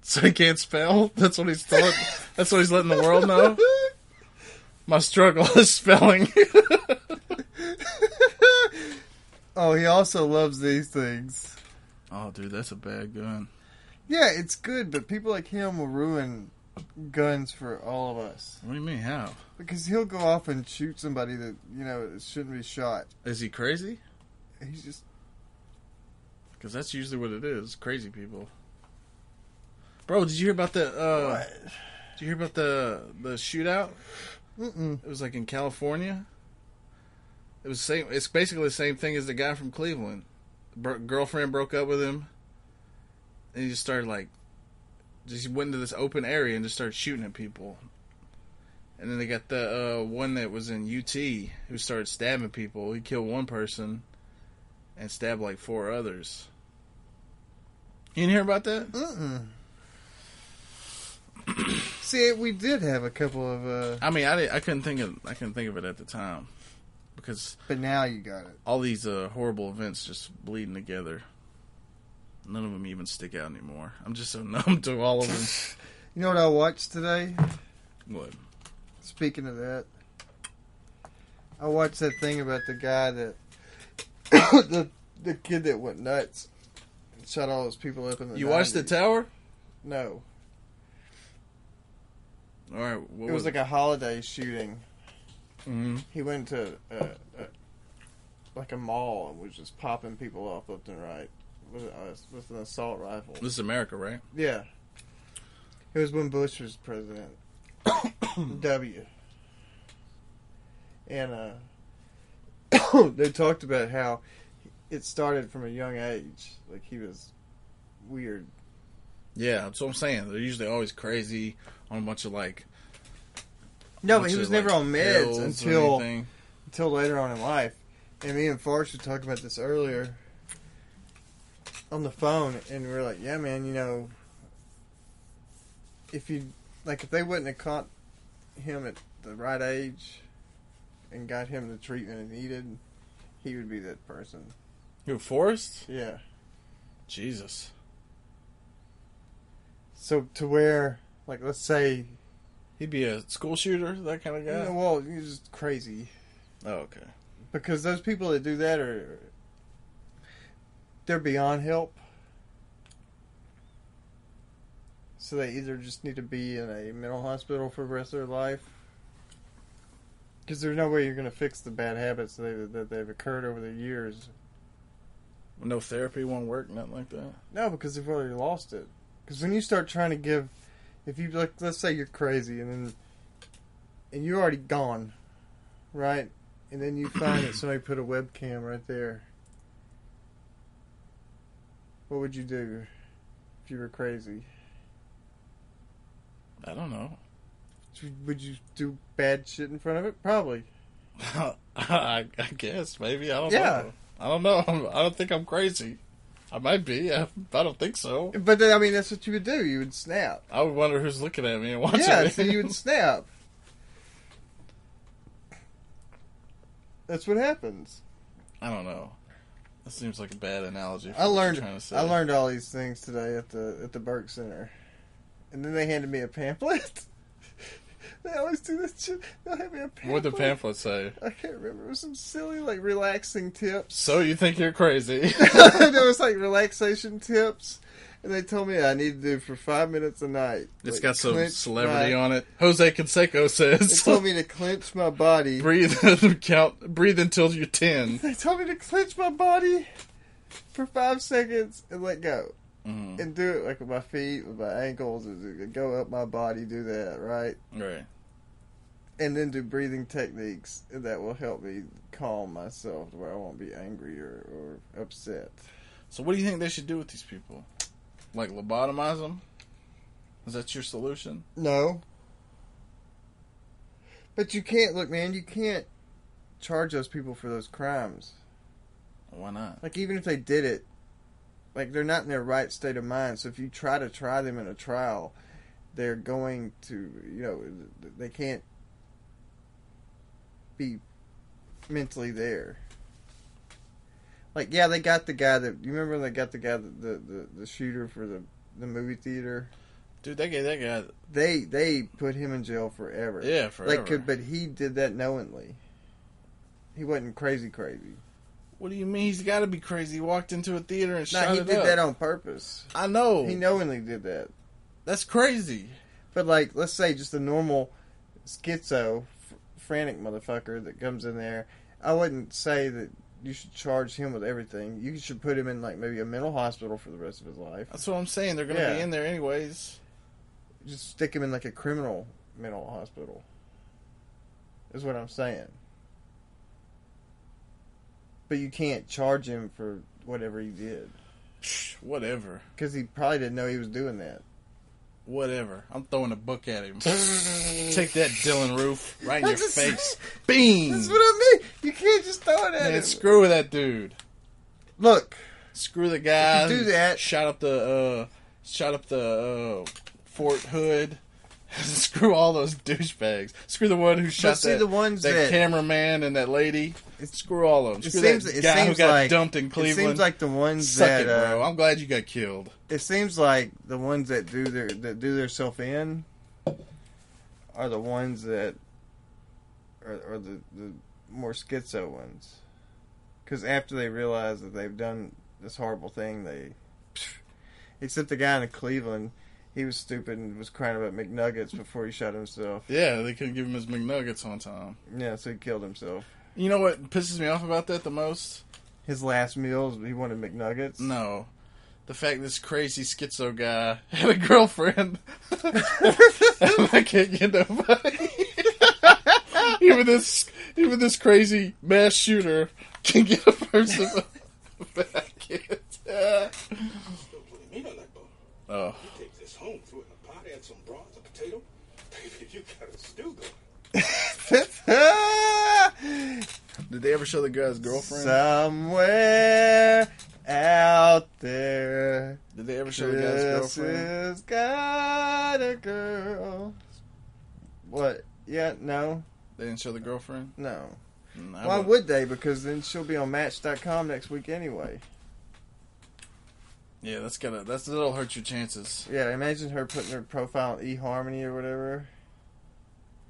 Speaker 5: So he can't spell? That's what he's telling that's what he's letting the world know? My struggle is spelling.
Speaker 6: oh, he also loves these things.
Speaker 5: oh dude, that's a bad gun.
Speaker 6: Yeah, it's good, but people like him will ruin guns for all of us
Speaker 5: What do you mean how?
Speaker 6: because he'll go off and shoot somebody that you know shouldn't be shot.
Speaker 5: Is he crazy?
Speaker 6: He's just
Speaker 5: Because that's usually what it is. Crazy people. Bro, did you hear about the? Uh, Did you hear about the the shootout?
Speaker 6: Mm-mm.
Speaker 5: It was like in California. It was same. It's basically the same thing as the guy from Cleveland. Bro, girlfriend broke up with him, and he just started like, just went into this open area and just started shooting at people. And then they got the uh, one that was in UT who started stabbing people. He killed one person, and stabbed like four others. You didn't hear about that?
Speaker 6: Mm-mm. See, we did have a couple of, uh,
Speaker 5: I mean, I, didn't, I couldn't think of I couldn't think of it at the time because
Speaker 6: but now you got it.
Speaker 5: all these uh, horrible events just bleeding together. None of them even stick out anymore. I'm just so numb to all of them.
Speaker 6: You know what I watched today?
Speaker 5: what?
Speaker 6: Speaking of that, I watched that thing about the guy that the the kid that went nuts shot all those people up in the.
Speaker 5: You watched the
Speaker 6: 90s.
Speaker 5: tower?
Speaker 6: No,
Speaker 5: All right. What
Speaker 6: it was like
Speaker 5: it?
Speaker 6: a holiday shooting.
Speaker 5: Mhm.
Speaker 6: He went to uh, uh, like a mall and was just popping people off left and right with, uh, with an assault rifle.
Speaker 5: This is America, right?
Speaker 6: Yeah, it was when Bush was president. w. And uh, they talked about how it started from a young age. Like he was weird.
Speaker 5: Yeah, that's what I'm saying. They're usually always crazy on a bunch of like.
Speaker 6: No, but
Speaker 5: bunch
Speaker 6: he
Speaker 5: of,
Speaker 6: was never
Speaker 5: like,
Speaker 6: on meds
Speaker 5: pills or
Speaker 6: until.
Speaker 5: anything.
Speaker 6: until later on in life. And me and Forrest were talking about this earlier on the phone, and we were like, "Yeah, man, you know, if you like, if they wouldn't have caught him at the right age and got him the treatment he needed, he would be that person."
Speaker 5: Who Forrest?
Speaker 6: Yeah.
Speaker 5: Jesus.
Speaker 6: So to where, like, let's say,
Speaker 5: He'd be a school shooter, that kind of guy.
Speaker 6: you know, well, you're just crazy.
Speaker 5: oh, okay.
Speaker 6: because those people that do that are they're beyond help so they either just need to be in a mental hospital for the rest of their life because there's no way you're going to fix the bad habits that, they, that they've occurred over the years
Speaker 5: No therapy won't work, nothing like that.
Speaker 6: no because they've already lost it because when you start trying to give if you like let's say you're crazy and then and you're already gone right and then you find that somebody put a webcam right there what would you do if you were crazy
Speaker 5: I don't know.
Speaker 6: would you do bad shit in front of it probably
Speaker 5: I, I guess maybe I don't
Speaker 6: Yeah.
Speaker 5: know. I don't know. I don't think I'm crazy. I might be. I, I don't think so.
Speaker 6: but then, i mean that's what you would do you would snap
Speaker 5: I would wonder who's looking at me and watching
Speaker 6: yeah
Speaker 5: me.
Speaker 6: so you would snap that's what happens
Speaker 5: I don't know. That seems like a bad analogy. For
Speaker 6: I
Speaker 5: what you're
Speaker 6: learned
Speaker 5: Trying to say.
Speaker 6: I learned all these things today at the at the Burke Center, and then they handed me a pamphlet. they always do that shit. They'll hand me a pamphlet.
Speaker 5: What the pamphlet say?
Speaker 6: I can't remember. It was some silly like relaxing tips.
Speaker 5: So you think you're crazy?
Speaker 6: there was like relaxation tips, and they told me I need to do for five minutes a night.
Speaker 5: It's
Speaker 6: Like,
Speaker 5: got some
Speaker 6: clench
Speaker 5: celebrity
Speaker 6: my,
Speaker 5: on it. Jose Canseco
Speaker 6: They
Speaker 5: says,
Speaker 6: told me to clench my body.
Speaker 5: "Breathe, count, breathe until you're ten.
Speaker 6: They told me to clench my body for five seconds and let go. And do it like with my feet, with my ankles, and go up my body, do that, right?
Speaker 5: Right.
Speaker 6: And then do breathing techniques that will help me calm myself to where I won't be angry or, or upset.
Speaker 5: So what do you think they should do with these people? Like lobotomize them? Is that your solution?
Speaker 6: No. But you can't, look, man, you can't charge those people for those crimes.
Speaker 5: Why not?
Speaker 6: Like, even if they did it, like, they're not in their right state of mind. So if you try to try them in a trial, they're going to, you know, they can't be mentally there. Like, yeah, they got the guy that, you remember when they got the guy, that, the, the, the shooter for the, the movie theater?
Speaker 5: Dude, that guy, that guy,
Speaker 6: They they put him in jail forever.
Speaker 5: yeah, forever.
Speaker 6: Like, could- but he did that knowingly. He wasn't crazy, crazy.
Speaker 5: what do you mean? He's got to be crazy. He walked into a theater and
Speaker 6: No,
Speaker 5: shot
Speaker 6: he
Speaker 5: it
Speaker 6: did
Speaker 5: up.
Speaker 6: that on purpose.
Speaker 5: I know.
Speaker 6: He knowingly did that.
Speaker 5: That's crazy.
Speaker 6: But like, let's say just a normal schizo, fr- frantic motherfucker that comes in there. I wouldn't say that you should charge him with everything. You should put him in like maybe a mental hospital for the rest of his life.
Speaker 5: That's what I'm saying. They're gonna
Speaker 6: Yeah.
Speaker 5: be in there anyways.
Speaker 6: Just stick him in like a criminal mental hospital. Is what I'm saying. But you can't charge him for whatever he did
Speaker 5: Psh, Whatever,
Speaker 6: because he probably didn't know he was doing that.
Speaker 5: whatever. I'm throwing a book at him. Take that, Dylan Roof, right in your face. Beam.
Speaker 6: That's what I mean. You can't just throw it at
Speaker 5: Man,
Speaker 6: him.
Speaker 5: screw that dude.
Speaker 6: Look,
Speaker 5: Screw the guy.
Speaker 6: If you do
Speaker 5: who
Speaker 6: that-
Speaker 5: Shot up the. uh Shot up the uh, Fort Hood. screw all those douchebags. Screw the one who shot
Speaker 6: see
Speaker 5: that,
Speaker 6: the ones
Speaker 5: that,
Speaker 6: that-
Speaker 5: cameraman and that lady. Screw all of them.
Speaker 6: it
Speaker 5: Screw
Speaker 6: seems
Speaker 5: that
Speaker 6: it
Speaker 5: guy who
Speaker 6: seems
Speaker 5: got
Speaker 6: like
Speaker 5: dumped in Cleveland.
Speaker 6: It seems like the ones
Speaker 5: Suck
Speaker 6: that
Speaker 5: it,
Speaker 6: uh,
Speaker 5: bro. I'm glad you got killed.
Speaker 6: it seems like the ones that do their that do their self in are the ones that are, are the, the more schizo ones because after they realize that they've done this horrible thing they pff. except the guy in Cleveland, he was stupid and was crying about McNuggets before he shot himself.
Speaker 5: Yeah, they couldn't give him his McNuggets on time.
Speaker 6: Yeah, so he killed himself.
Speaker 5: You know what pisses me off about that the most?
Speaker 6: His last meals, he wanted McNuggets.
Speaker 5: No. The fact this crazy schizo guy had a girlfriend. I can't get nobody. even this even this crazy mass shooter can get a person back.
Speaker 3: Don't put meat on that bone.
Speaker 5: Oh.
Speaker 3: You take this home, throw it in a pot, add some broth, a potato. Baby, you got a stew going.
Speaker 5: Did they ever show the guy's girlfriend?
Speaker 6: Somewhere out there,
Speaker 5: Did they ever show the guy's
Speaker 6: this
Speaker 5: girlfriend?
Speaker 6: has got a girl. What? Yeah, no,
Speaker 5: They didn't show the girlfriend?
Speaker 6: no.
Speaker 5: Mm, I
Speaker 6: Why
Speaker 5: would-
Speaker 6: would they? Because then she'll be on Match.com next week anyway.
Speaker 5: Yeah, that's gonna that's that'll hurt your chances.
Speaker 6: Yeah, imagine her putting her profile on eHarmony or whatever.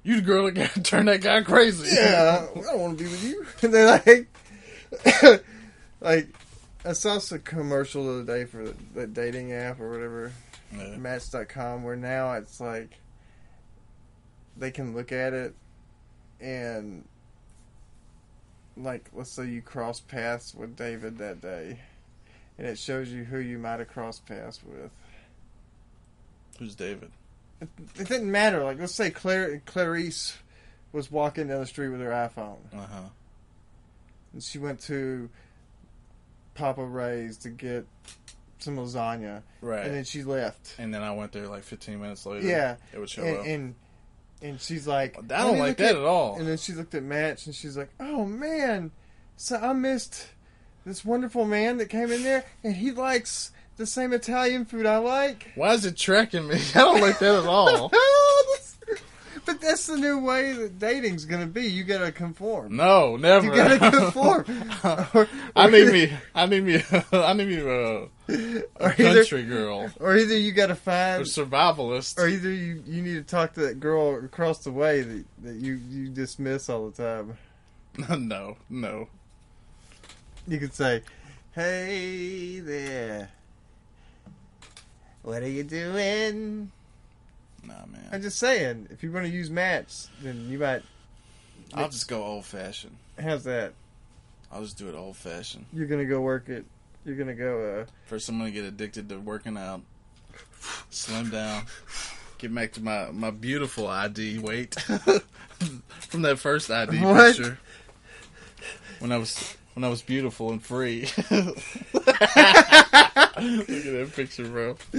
Speaker 5: You the girl that got turned that guy crazy.
Speaker 6: Yeah, I don't want to be with you. And they're like, like I saw a commercial the other day for the, the dating app or whatever,
Speaker 5: Yeah.
Speaker 6: Match.com, where now it's like they can look at it and like let's say you cross paths with David that day, and it shows you who you might have crossed paths with.
Speaker 5: Who's David?
Speaker 6: It didn't matter. Like let's say Claire, Clarice was walking down the street with her iPhone.
Speaker 5: Uh huh.
Speaker 6: and she went to Papa Ray's to get some lasagna,
Speaker 5: Right.
Speaker 6: and then she left.
Speaker 5: And then I went there like 15 minutes later.
Speaker 6: Yeah,
Speaker 5: It would show
Speaker 6: and,
Speaker 5: up.
Speaker 6: and and she's like,
Speaker 5: I
Speaker 6: "Let
Speaker 5: don't
Speaker 6: me
Speaker 5: like
Speaker 6: look
Speaker 5: that at all.
Speaker 6: And then she looked at Match, and she's like, "Oh man, so I missed this wonderful man that came in there, and he likes the same Italian food I like."
Speaker 5: Why is it tracking me? I don't like that at all.
Speaker 6: But that's the new way that dating's gonna be. You gotta conform.
Speaker 5: No, never.
Speaker 6: You gotta conform. Or-
Speaker 5: I
Speaker 6: or
Speaker 5: need
Speaker 6: either-
Speaker 5: me. I need me. I need me a, a
Speaker 6: or either-
Speaker 5: country girl,
Speaker 6: or either you gotta
Speaker 5: a
Speaker 6: find
Speaker 5: survivalist.
Speaker 6: or either you, you need to talk to that girl across the way that, that you, you dismiss all the time.
Speaker 5: no, no.
Speaker 6: You could say, Hey there. What are you doing?
Speaker 5: Nah, man.
Speaker 6: I'm just saying, if you're going to use match, then you might.
Speaker 5: I'll just go old fashioned.
Speaker 6: How's that?
Speaker 5: I'll just do it old fashioned.
Speaker 6: You're going to go work it. You're going to go, uh,
Speaker 5: First, I'm gonna get addicted to working out, slim down, get back to my my beautiful ID weight from that first ID
Speaker 6: What?
Speaker 5: picture when I was when I was beautiful and free. Look at that picture, bro.
Speaker 6: uh,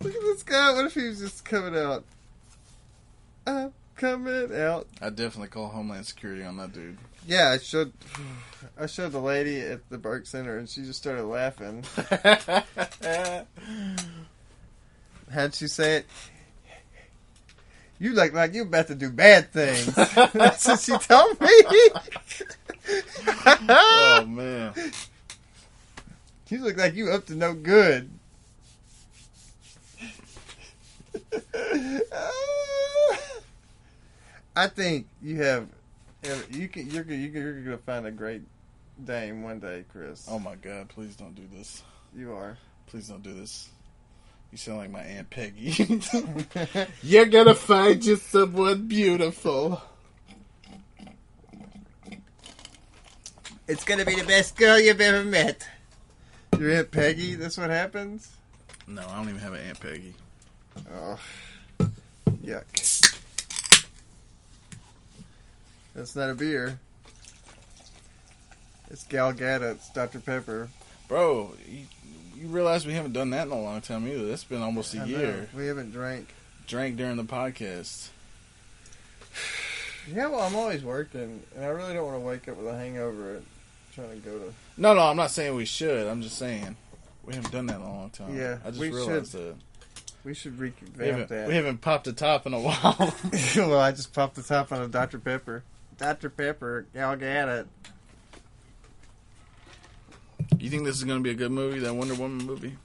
Speaker 6: Look at this guy. What if he was just coming out? I'm coming out.
Speaker 5: I definitely call Homeland Security on that dude.
Speaker 6: Yeah, I showed I showed the lady at the Burke Center, and she just started laughing. How'd she say it? You look like you about to do bad things. That's what she told me.
Speaker 5: oh man,
Speaker 6: you look like you up to no good. I think you have. You can. You're, gonna- you're, gonna- you're gonna find a great dame one day, Chris.
Speaker 5: oh my god! Please don't do this.
Speaker 6: You are.
Speaker 5: Please don't do this. You sound like my aunt Peggy. You're gonna find you someone beautiful.
Speaker 6: It's gonna be the best girl you've ever met. Your aunt Peggy. That's what happens.
Speaker 5: No, I don't even have an Aunt Peggy.
Speaker 6: Oh, yuck. That's not a beer. It's Gal Gadot. It's Dr. Pepper.
Speaker 5: Bro, you, you realize we haven't done that in a long time either. That's been almost a
Speaker 6: I know,
Speaker 5: year.
Speaker 6: We haven't drank.
Speaker 5: Drank during the podcast.
Speaker 6: Yeah, well, I'm always working, and I really don't want to wake up with a hangover and trying to go to.
Speaker 5: No, no, I'm not saying we should. I'm just saying we haven't done that in a long time.
Speaker 6: Yeah,
Speaker 5: I just
Speaker 6: we
Speaker 5: realized
Speaker 6: should.
Speaker 5: that.
Speaker 6: We should
Speaker 5: We
Speaker 6: revamp
Speaker 5: haven't,
Speaker 6: that.
Speaker 5: we haven't popped a top in a while.
Speaker 6: well, I just popped the top on a Dr. Pepper. Dr. Pepper, Gal Gadot.
Speaker 5: you think this is going to be a good movie? That Wonder Woman movie?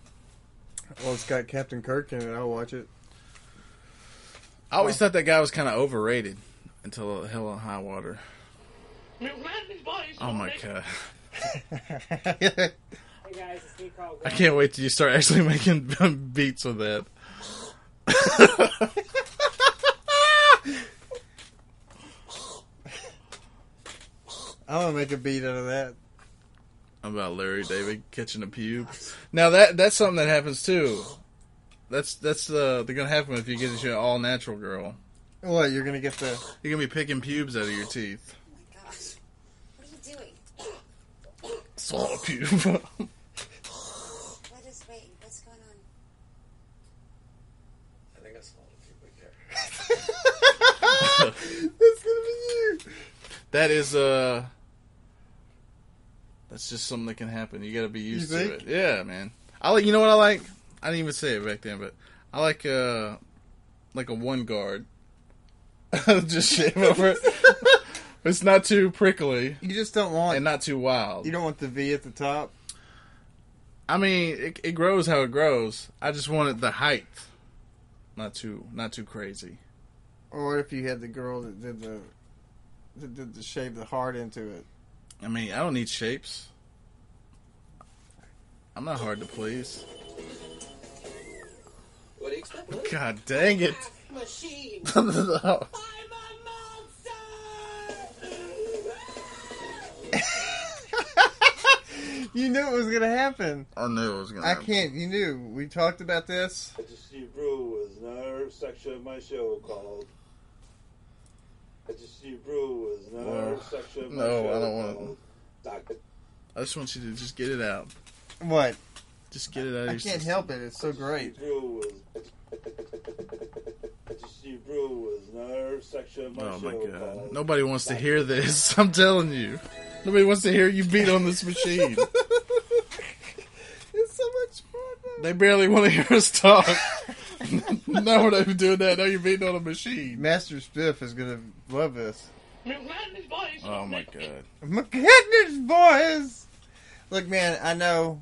Speaker 6: Well, it's got Captain Kirk in it. I'll watch it.
Speaker 5: I always thought that guy was kind of overrated until Hell on High Oh Water. Oh my god.
Speaker 8: Hey guys, it's me, Carl
Speaker 5: I
Speaker 8: Graf.
Speaker 5: can't wait till you start actually making beats with that.
Speaker 6: I'm gonna make a beat out of that.
Speaker 5: about Larry David catching a pube. Now that that's something that happens too. That's that's uh, they're gonna happen if you get into an all natural girl.
Speaker 6: What? You're gonna get the?
Speaker 5: You're gonna be picking pubes out of your teeth.
Speaker 9: Oh Gosh, what are you doing?
Speaker 5: Saw a pube.
Speaker 9: What is wait? What's going on?
Speaker 7: I think I saw it a few weeks ago.
Speaker 6: That's gonna be you.
Speaker 5: that is uh that's just something that can happen. You gotta be used to
Speaker 6: think?
Speaker 5: it. Yeah, man. I like you know what I like? I didn't even say it back then, but I like uh like a one guard. just shave over it. It's not too prickly
Speaker 6: You just don't want.
Speaker 5: and not too wild.
Speaker 6: you don't want the V at the top.
Speaker 5: I mean, it, it grows how it grows. I just wanted the height, not too not too crazy.
Speaker 6: Or if you had the girl that did the that did the shave the heart into it.
Speaker 5: I mean, I don't need shapes. I'm not hard to please.
Speaker 7: What do you expect? What?
Speaker 5: God dang it!
Speaker 9: Machine. I'm a monster.
Speaker 6: You knew it was gonna happen.
Speaker 5: I knew it was gonna.
Speaker 6: I
Speaker 5: happen.
Speaker 6: can't. You knew. We talked about this.
Speaker 3: I just see brew was another section of my show called. I just see brew was another
Speaker 5: Well,
Speaker 3: section of my
Speaker 5: no,
Speaker 3: show
Speaker 5: I don't want it.
Speaker 3: called Doctor.
Speaker 5: I just want you to just get it out.
Speaker 6: What?
Speaker 5: Just get it out. of
Speaker 6: I
Speaker 5: your
Speaker 6: can't
Speaker 5: system.
Speaker 6: help it. It's so great.
Speaker 3: Brew was. I just see brew was another section of my
Speaker 5: Oh
Speaker 3: show
Speaker 5: my god!
Speaker 3: called.
Speaker 5: Nobody wants to hear this. I'm telling you. Nobody wants to hear you beat on this machine.
Speaker 6: It's so much fun.
Speaker 5: they barely want to hear us talk. now we're not doing that. Now you're beating on a machine.
Speaker 6: Master Spiff is gonna love this.
Speaker 5: Oh my god.
Speaker 6: My goodness, boys! Look, man, I know.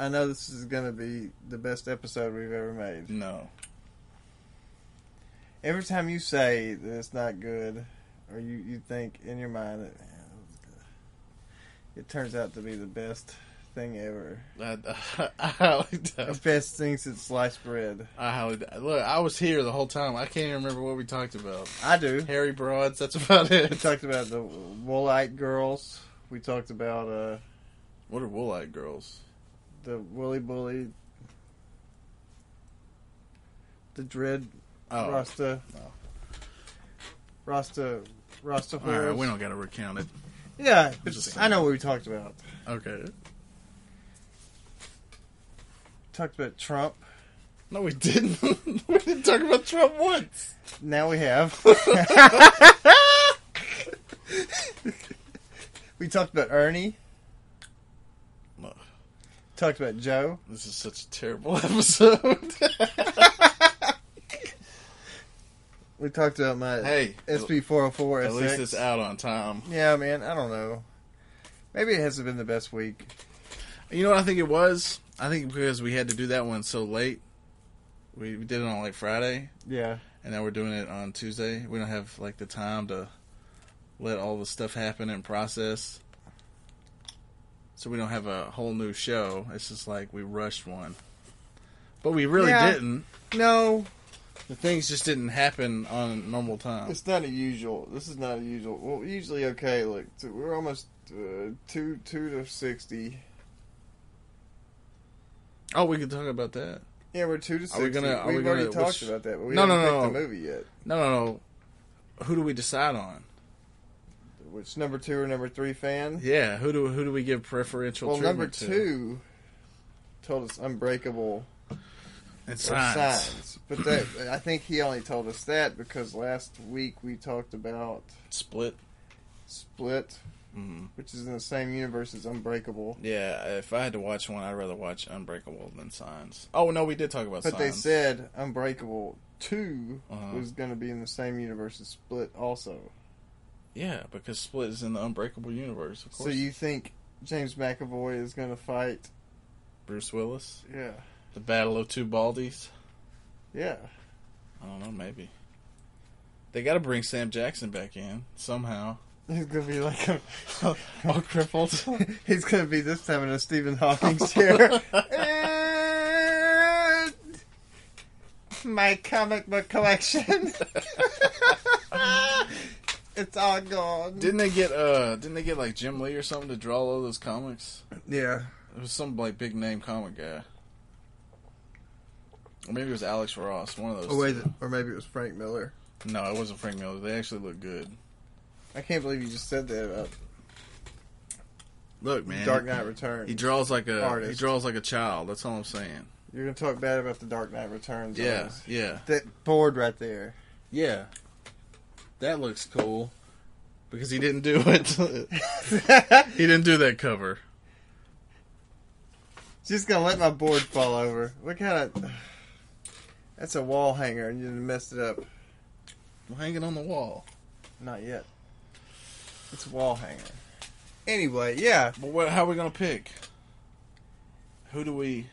Speaker 6: I know this is gonna be the best episode we've ever made.
Speaker 5: No.
Speaker 6: Every time you say that it's not good, or you, you think in your mind that "Man, that was good," it turns out to be the best thing ever.
Speaker 5: I, I, I highly
Speaker 6: The
Speaker 5: doubt.
Speaker 6: best thing since sliced bread.
Speaker 5: I highly doubt. Look, I was here the whole time. I can't even remember what we talked about.
Speaker 6: I do.
Speaker 5: Harry Broads, that's about
Speaker 6: We
Speaker 5: it.
Speaker 6: talked about the Woolite girls. We talked about uh,
Speaker 5: What are Woolite girls?
Speaker 6: the Willy Bully, the Dread
Speaker 5: Oh.
Speaker 6: Rasta. Rasta. Rasta
Speaker 5: All right,
Speaker 6: whores.
Speaker 5: we don't got to recount it.
Speaker 6: Yeah, but
Speaker 5: just
Speaker 6: I know what we talked about.
Speaker 5: Okay.
Speaker 6: Talked about Trump.
Speaker 5: No, we didn't. we didn't talk about Trump once.
Speaker 6: Now we have. we talked about Ernie.
Speaker 5: No,
Speaker 6: Talked about Joe.
Speaker 5: this is such a terrible episode.
Speaker 6: We talked about my
Speaker 5: Hey,
Speaker 6: SP 404
Speaker 5: At least it's out on time.
Speaker 6: Yeah, man. I don't know. Maybe it hasn't been the best week.
Speaker 5: You know what I think it was? I think because we had to do that one so late. We we did it on like Friday,
Speaker 6: Yeah.
Speaker 5: and now we're doing it on Tuesday. We don't have like the time to let all the stuff happen and process. So we don't have a whole new show. It's just like we rushed one. But we really
Speaker 6: Yeah.
Speaker 5: didn't.
Speaker 6: No,
Speaker 5: The things just didn't happen on normal time.
Speaker 6: it's not a usual. This is not a usual. Well, usually okay. Like so we're almost uh, two two to sixty.
Speaker 5: Oh, we could talk about that.
Speaker 6: Yeah, we're two to sixty.
Speaker 5: Are we gonna- are
Speaker 6: We've
Speaker 5: we gonna-
Speaker 6: already talked
Speaker 5: which-
Speaker 6: about that, but we
Speaker 5: No, no,
Speaker 6: haven't picked
Speaker 5: no.
Speaker 6: the movie yet.
Speaker 5: No, no, no. Who do we decide on?
Speaker 6: Which number two or number three fan?
Speaker 5: Yeah, who do who do we give preferential
Speaker 6: well,
Speaker 5: treatment
Speaker 6: number
Speaker 5: to?
Speaker 6: two told us Unbreakable
Speaker 5: and
Speaker 6: or
Speaker 5: signs.
Speaker 6: Signs, but that I think he only told us that because last week we talked about
Speaker 5: Split.
Speaker 6: Split,
Speaker 5: Mm-hmm.
Speaker 6: which is in the same universe as Unbreakable.
Speaker 5: Yeah, if I had to watch one, I'd rather watch Unbreakable than Signs. Oh no, we did talk about
Speaker 6: But
Speaker 5: Signs.
Speaker 6: they said Unbreakable 2
Speaker 5: Uh-huh.
Speaker 6: was going to be in the same universe as Split also.
Speaker 5: yeah, because Split is in the Unbreakable universe. Of
Speaker 6: So
Speaker 5: course,
Speaker 6: you think James McAvoy is going to fight?
Speaker 5: Bruce Willis,
Speaker 6: Yeah.
Speaker 5: the Battle of Two Baldies.
Speaker 6: Yeah.
Speaker 5: I don't know, maybe they got to bring Sam Jackson back in somehow.
Speaker 6: He's gonna be like a, all crippled. He's gonna be this time in a Stephen Hawking chair. and my comic book collection. it's all gone.
Speaker 5: Didn't they get uh? Didn't they get like Jim Lee or something to draw all those comics?
Speaker 6: yeah.
Speaker 5: It was some like big name comic guy. Or maybe it was Alex Ross. One of those.
Speaker 6: Or, wait, or maybe it was Frank Miller.
Speaker 5: No, it wasn't Frank Miller. They actually look good.
Speaker 6: I can't believe you just said that about
Speaker 5: Look, man.
Speaker 6: Dark Knight Returns.
Speaker 5: He draws like a he
Speaker 6: Artist.
Speaker 5: draws like a child. That's all I'm saying.
Speaker 6: You're gonna talk bad about the Dark Knight Returns.
Speaker 5: Yeah,
Speaker 6: always.
Speaker 5: yeah,
Speaker 6: That board right there.
Speaker 5: yeah. That looks cool because he didn't do it. he didn't do that cover.
Speaker 6: Just gonna let my board fall over. What kind of? That's a wall hanger, and you messed it up.
Speaker 5: I'm hanging on the wall.
Speaker 6: Not yet. It's a wall hanger. Anyway, yeah.
Speaker 5: But what, how are we gonna pick? Who do we?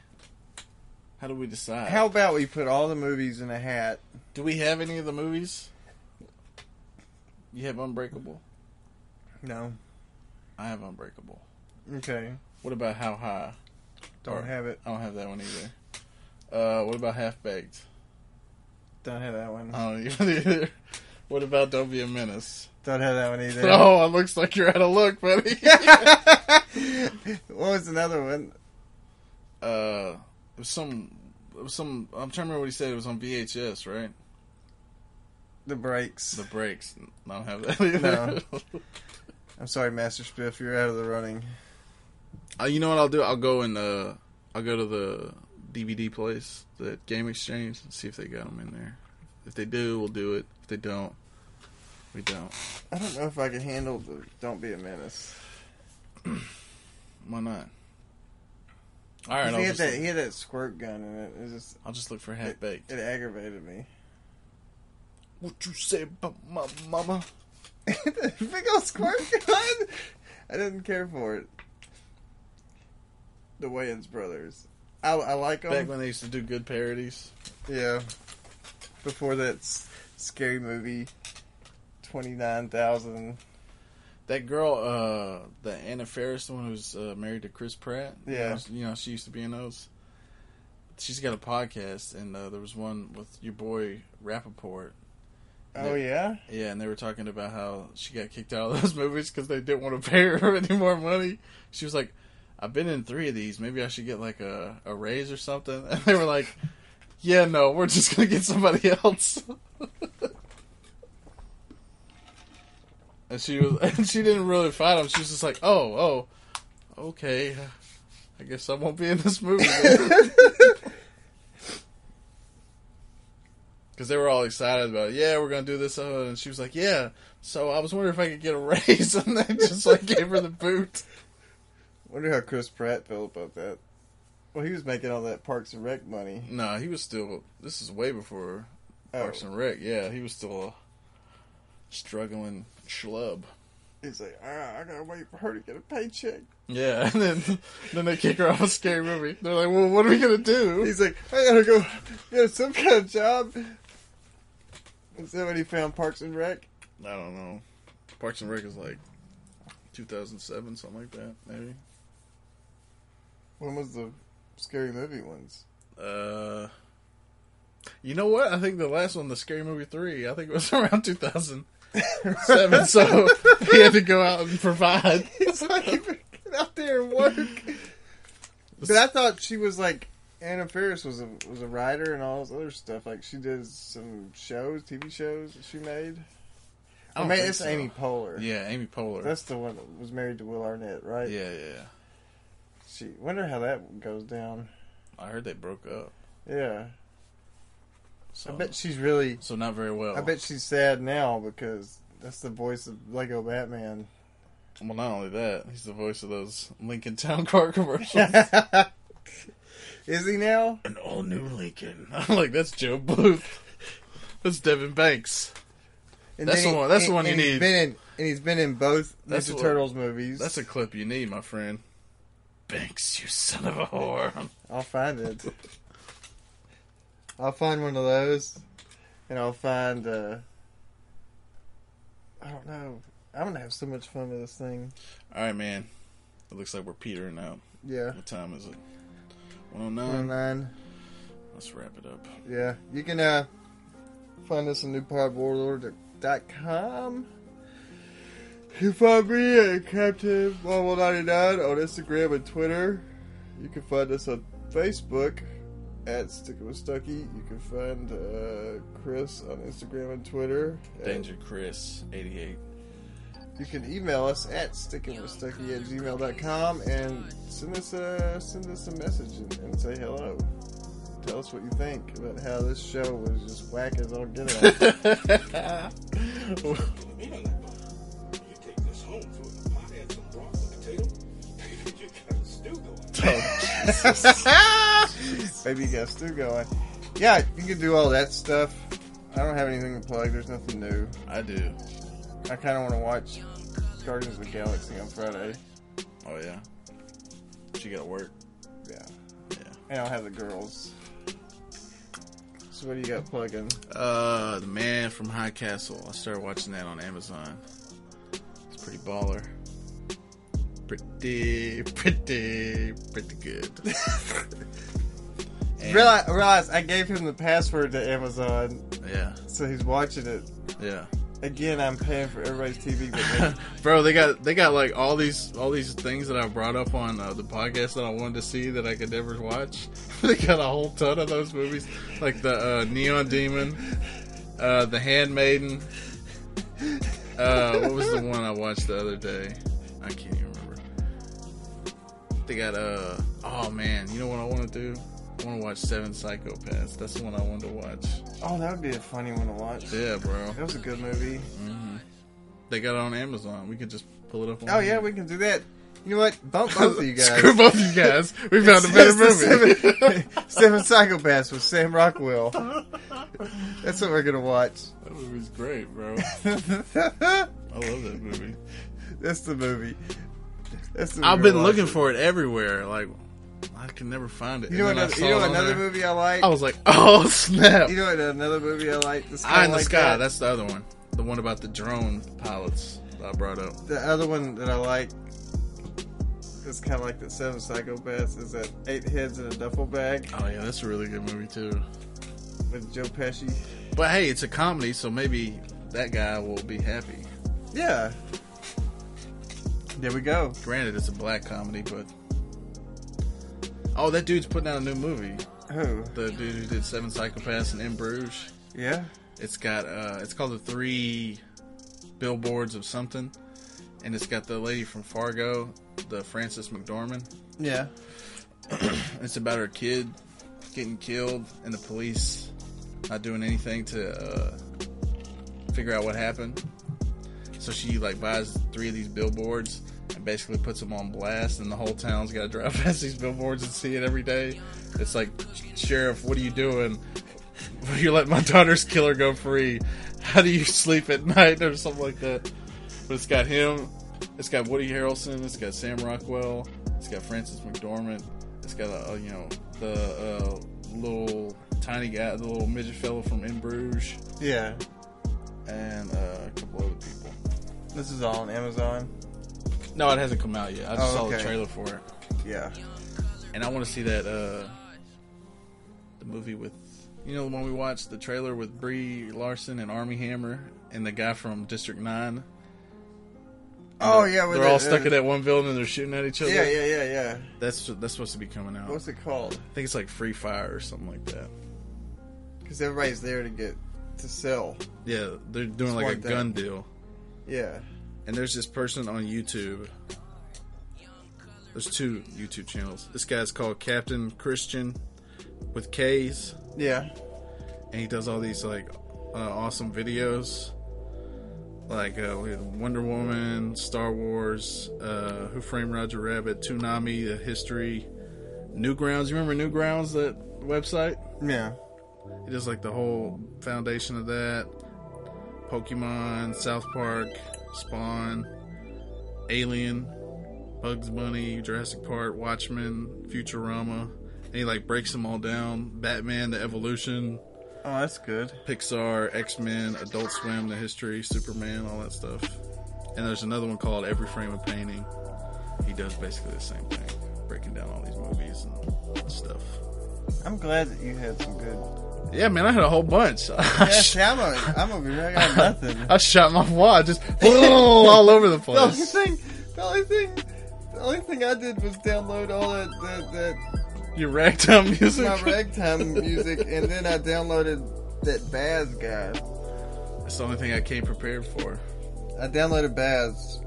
Speaker 5: How do we decide?
Speaker 6: How about we put all the movies in a hat?
Speaker 5: do we have any of the movies? You have Unbreakable.
Speaker 6: No.
Speaker 5: I have Unbreakable.
Speaker 6: Okay.
Speaker 5: What about How High?
Speaker 6: Don't
Speaker 5: Or-
Speaker 6: have it.
Speaker 5: I don't have that one either. Uh, what about Half Baked?
Speaker 6: Don't have that one.
Speaker 5: I don't even either. What about Don't Be a Menace?
Speaker 6: Don't have that one either.
Speaker 5: Oh, it looks like you're out of luck, buddy. Oh.
Speaker 6: what was another one?
Speaker 5: uh, it was some, it was some. I'm trying to remember what he said. It was on VHS, right?
Speaker 6: The brakes.
Speaker 5: The breaks. I don't have that either.
Speaker 6: I'm sorry, Master Spiff. You're out of the running.
Speaker 5: Uh, you know what I'll do? I'll go and uh, I'll go to the DVD place, the Game Exchange, and see if they got them in there. If they do, we'll do it. If they don't, we don't.
Speaker 6: I don't know if I can handle the Don't Be a Menace.
Speaker 5: Why not? All right, I'll
Speaker 6: he, had
Speaker 5: just,
Speaker 6: that, he had that squirt gun in it. It just
Speaker 5: I'll just look for half baked.
Speaker 6: it aggravated me.
Speaker 5: What you say about my mama?
Speaker 6: Big old squirt gun. I didn't care for it. The Wayans brothers. I, I like them.
Speaker 5: Back when they used to do good parodies.
Speaker 6: Yeah. Before that s- scary movie, twenty nine thousand.
Speaker 5: That girl, uh, the Anna Faris, the one who's uh, married to Chris Pratt. you
Speaker 6: Yeah.
Speaker 5: know, she- you know she used to be in those. She's got a podcast, and uh, there was one with your boy Rappaport.
Speaker 6: Oh yeah.
Speaker 5: Yeah, and they were talking about how she got kicked out of those movies because they didn't want to pay her any more money. She was like, "I've been in three of these. Maybe I should get like a a raise or something." And they were like, "Yeah, no, we're just gonna get somebody else." and she was, and she didn't really fight him. She was just like, "Oh, oh, okay, I guess I won't be in this movie." Because they were all excited about, it. yeah, we're gonna do this, uh, and she was like, yeah. So I was wondering if I could get a raise, and they just like gave her the boot.
Speaker 6: Wonder how Chris Pratt felt about that. Well, he was making all that Parks and Rec money.
Speaker 5: Nah, he was still. This is way before
Speaker 6: Oh.
Speaker 5: Parks and Rec. Yeah, he was still a struggling schlub.
Speaker 6: He's like, ah, I gotta wait for her to get a paycheck.
Speaker 5: Yeah, and then then they kick her off a scary movie. They're like, well, what are we gonna do?
Speaker 6: He's like, I gotta go get some kind of job. Is that when he found Parks and Rec?
Speaker 5: I don't know. Parks and Rec is like 2007, something like that, maybe.
Speaker 6: When was the scary movie ones?
Speaker 5: Uh, you know what? I think the last one, the Scary Movie three, I think it was around two thousand seven. so he had to go out and provide.
Speaker 6: He's like, get out there and work. But I thought she was like Anna Faris was a was a writer and all this other stuff. Like she did some shows, TV shows that she made.
Speaker 5: I
Speaker 6: I,
Speaker 5: don't
Speaker 6: mean,
Speaker 5: think
Speaker 6: it's
Speaker 5: so.
Speaker 6: Amy Poehler.
Speaker 5: Yeah, Amy Poehler.
Speaker 6: That's the one that was married to Will Arnett, right?
Speaker 5: yeah, yeah.
Speaker 6: She wonder how that goes down.
Speaker 5: I heard they broke up.
Speaker 6: Yeah.
Speaker 5: So,
Speaker 6: I bet she's really
Speaker 5: so not very well.
Speaker 6: I bet she's sad now because that's the voice of Lego Batman.
Speaker 5: Well, not only that, he's the voice of those Lincoln Town Car commercials.
Speaker 6: Is he now?
Speaker 5: An all new Lincoln. I'm like, that's Joe Booth. That's Devin Banks.
Speaker 6: And
Speaker 5: That's
Speaker 6: then
Speaker 5: the one- that's the
Speaker 6: and-
Speaker 5: one you
Speaker 6: and he's
Speaker 5: need.
Speaker 6: Been in, and he's been in both
Speaker 5: That's
Speaker 6: Ninja
Speaker 5: what-
Speaker 6: Turtles movies.
Speaker 5: That's a clip you need, my friend. Banks, you son of a whore.
Speaker 6: I'll find it. I'll find one of those, and I'll find. uh I don't know. I'm gonna have so much fun with this thing.
Speaker 5: All right, man. It looks like we're petering out.
Speaker 6: Yeah. oh
Speaker 5: What time is it? 109.
Speaker 6: Online.
Speaker 5: Let's wrap it up.
Speaker 6: Yeah. You can uh find us on newpodwarlord.com. You can find me at Captain Marvel 99 on Instagram and Twitter. You can find us on Facebook at Sticking with Stucky. You can find uh, Chris on Instagram and Twitter. at-
Speaker 5: Danger Chris, 88.
Speaker 6: You can email us at stickingwithstucky at gmail.com and send us a, send us a message and, and say hello. Tell us what you think about how this show was just whack as all get out.
Speaker 10: You know that bun. You take this home, throw it in the pot, add some broth, a potato. you got a stew going.
Speaker 6: Maybe you got still going. Yeah, you can do all that stuff. I don't have anything to plug. There's nothing new.
Speaker 5: I do.
Speaker 6: I kind of want to watch Guardians of the Galaxy on Friday.
Speaker 5: Oh, yeah. She got to work.
Speaker 6: Yeah.
Speaker 5: Yeah.
Speaker 6: And I'll have the girls. So what do you got plugging?
Speaker 5: Uh, The Man from High Castle. I started watching that on Amazon. It's pretty baller. Pretty, pretty, pretty good. And-
Speaker 6: Realize, realize I gave him the password to Amazon,
Speaker 5: Yeah,
Speaker 6: so he's watching it.
Speaker 5: yeah.
Speaker 6: Again, I'm paying for everybody's TV, but
Speaker 5: Bro, they got they got like all these all these things that I brought up on uh, the podcast that I wanted to see that I could never watch. they got a whole ton of those movies, like the uh, Neon Demon, uh, The Handmaiden. Uh, what was the one I watched the other day? I can't even remember. They got uh oh man, you know what I want to do? I want to watch Seven Psychopaths. That's the one I wanted to watch.
Speaker 6: they, oh, that would be a funny one to watch.
Speaker 5: Yeah, bro.
Speaker 6: That was a good movie.
Speaker 5: They got it on Amazon. We could just pull it up. On
Speaker 6: Oh yeah,
Speaker 5: there.
Speaker 6: we can do that. You know what? Bump both of you guys.
Speaker 5: Screw both you guys. We found a better
Speaker 6: It's the
Speaker 5: movie.
Speaker 6: Seven, Seven Psychopaths with Sam Rockwell. That's what we're gonna watch.
Speaker 5: That movie's great, bro.
Speaker 6: That's
Speaker 5: I love that movie.
Speaker 6: the movie. That's the
Speaker 5: I've
Speaker 6: movie
Speaker 5: been looking
Speaker 6: we're watching.
Speaker 5: for it everywhere. Like, I can never find it.
Speaker 6: You know
Speaker 5: And then I
Speaker 6: another, you
Speaker 5: saw
Speaker 6: know
Speaker 5: it on
Speaker 6: another
Speaker 5: there.
Speaker 6: movie I like.
Speaker 5: I was like, oh snap!
Speaker 6: you know what, another movie I like. The
Speaker 5: Eye in the
Speaker 6: Like
Speaker 5: Sky.
Speaker 6: That?
Speaker 5: That's the other one. The one about the drone pilots that I brought up.
Speaker 6: the other one that I like is kind of like the Seven Psychopaths is that Eight Heads in a Duffel Bag
Speaker 5: Oh yeah, that's a really good movie too.
Speaker 6: with Joe Pesci.
Speaker 5: But hey, it's a comedy, so maybe that guy will be happy.
Speaker 6: Yeah. There we go.
Speaker 5: Granted, it's a black comedy, but oh, that dude's putting out a new movie.
Speaker 6: Oh,
Speaker 5: The dude who did Seven Psychopaths and In Bruges.
Speaker 6: yeah.
Speaker 5: It's got uh, it's called the Three Billboards of Something, and it's got the lady from Fargo, the Frances McDormand.
Speaker 6: Yeah.
Speaker 5: It's about her kid getting killed and the police not doing anything to uh, figure out what happened. So she like buys three of these billboards and basically puts them on blast, and the whole town's got to drive past these billboards and see it every day. It's like, sheriff, what are you doing? You let my daughter's killer go free. How do you sleep at night or something like that? But it's got him. It's got Woody Harrelson. It's got Sam Rockwell. It's got Francis McDormand. It's got a, you know the uh, little tiny guy, the little midget fellow from In Bruges,
Speaker 6: Yeah.
Speaker 5: and uh, a couple other people.
Speaker 6: This is all on Amazon.
Speaker 5: No, it hasn't come out yet. I just
Speaker 6: Oh,
Speaker 5: saw the
Speaker 6: okay.
Speaker 5: trailer for it,
Speaker 6: Yeah.
Speaker 5: and I want to see that uh, the movie with you know the one we watched the trailer with Brie Larson and Army Hammer and the guy from District Nine.
Speaker 6: Oh yeah. with
Speaker 5: they're
Speaker 6: the-
Speaker 5: all stuck
Speaker 6: uh,
Speaker 5: in that one building and they're shooting at each other.
Speaker 6: Yeah, yeah, yeah, yeah.
Speaker 5: That's that's supposed to be coming out.
Speaker 6: What's it called?
Speaker 5: I think it's like Free Fire or something like that.
Speaker 6: Because everybody's there to get to sell.
Speaker 5: Yeah, they're doing like a
Speaker 6: like that.
Speaker 5: gun deal.
Speaker 6: Yeah.
Speaker 5: and there's this person on YouTube. There's two YouTube channels. This guy's called Captain Christian with K's,
Speaker 6: Yeah.
Speaker 5: and he does all these like uh, awesome videos, like uh, we had Wonder Woman, Star Wars, uh, Who Framed Roger Rabbit, Toonami, the history, Newgrounds. You remember Newgrounds that website?
Speaker 6: Yeah.
Speaker 5: He does like the whole foundation of that. Pokemon, South Park, Spawn, Alien, Bugs Bunny, Jurassic Park, Watchmen, Futurama. And he like breaks them all down. Batman, the evolution,
Speaker 6: Oh, that's good.
Speaker 5: Pixar, X Men, Adult Swim, the history, Superman, all that stuff. And there's another one called Every Frame of Painting. He does basically the same thing, breaking down all these movies and stuff.
Speaker 6: I'm glad that you had some good.
Speaker 5: Yeah, man, I had a whole bunch. I,
Speaker 6: Yeah, see, I'm over, I'm over here. I got nothing.
Speaker 5: I shot my watch just all over the
Speaker 6: The only
Speaker 5: place.
Speaker 6: thing, the only thing, the only thing I did was download all that that, that
Speaker 5: Your ragtime music.
Speaker 6: my ragtime music, and then I downloaded that Baz guy.
Speaker 5: That's the only thing I came prepared for.
Speaker 6: I downloaded Baz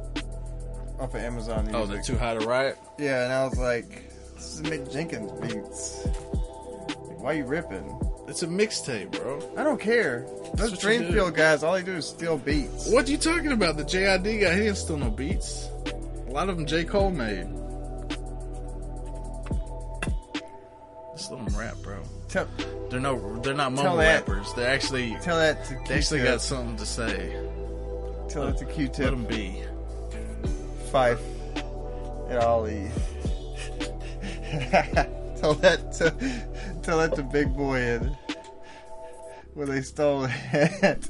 Speaker 6: off of Amazon Music.
Speaker 5: Oh, they're too high to riot.
Speaker 6: Yeah, and I was like, this is Mick Jenkins beats. Why you ripping?
Speaker 5: It's a mixtape, bro.
Speaker 6: I don't care. Those
Speaker 5: what you do.
Speaker 6: Dreamfield guys, all they do is steal beats.
Speaker 5: What you talking about? The JID guy, he didn't steal no beats. A lot of them J. Cole made. This little rap, bro.
Speaker 6: Tell,
Speaker 5: They're no, they're not mumble
Speaker 6: Tell that-
Speaker 5: rappers. They're actually,
Speaker 6: tell that to Q-Tip.
Speaker 5: they actually got something to say.
Speaker 6: tell that to
Speaker 5: Let
Speaker 6: Q-Tip,
Speaker 5: them be.
Speaker 6: Fife, and Ollie. tell that to tell that to Big Boy and where they stole that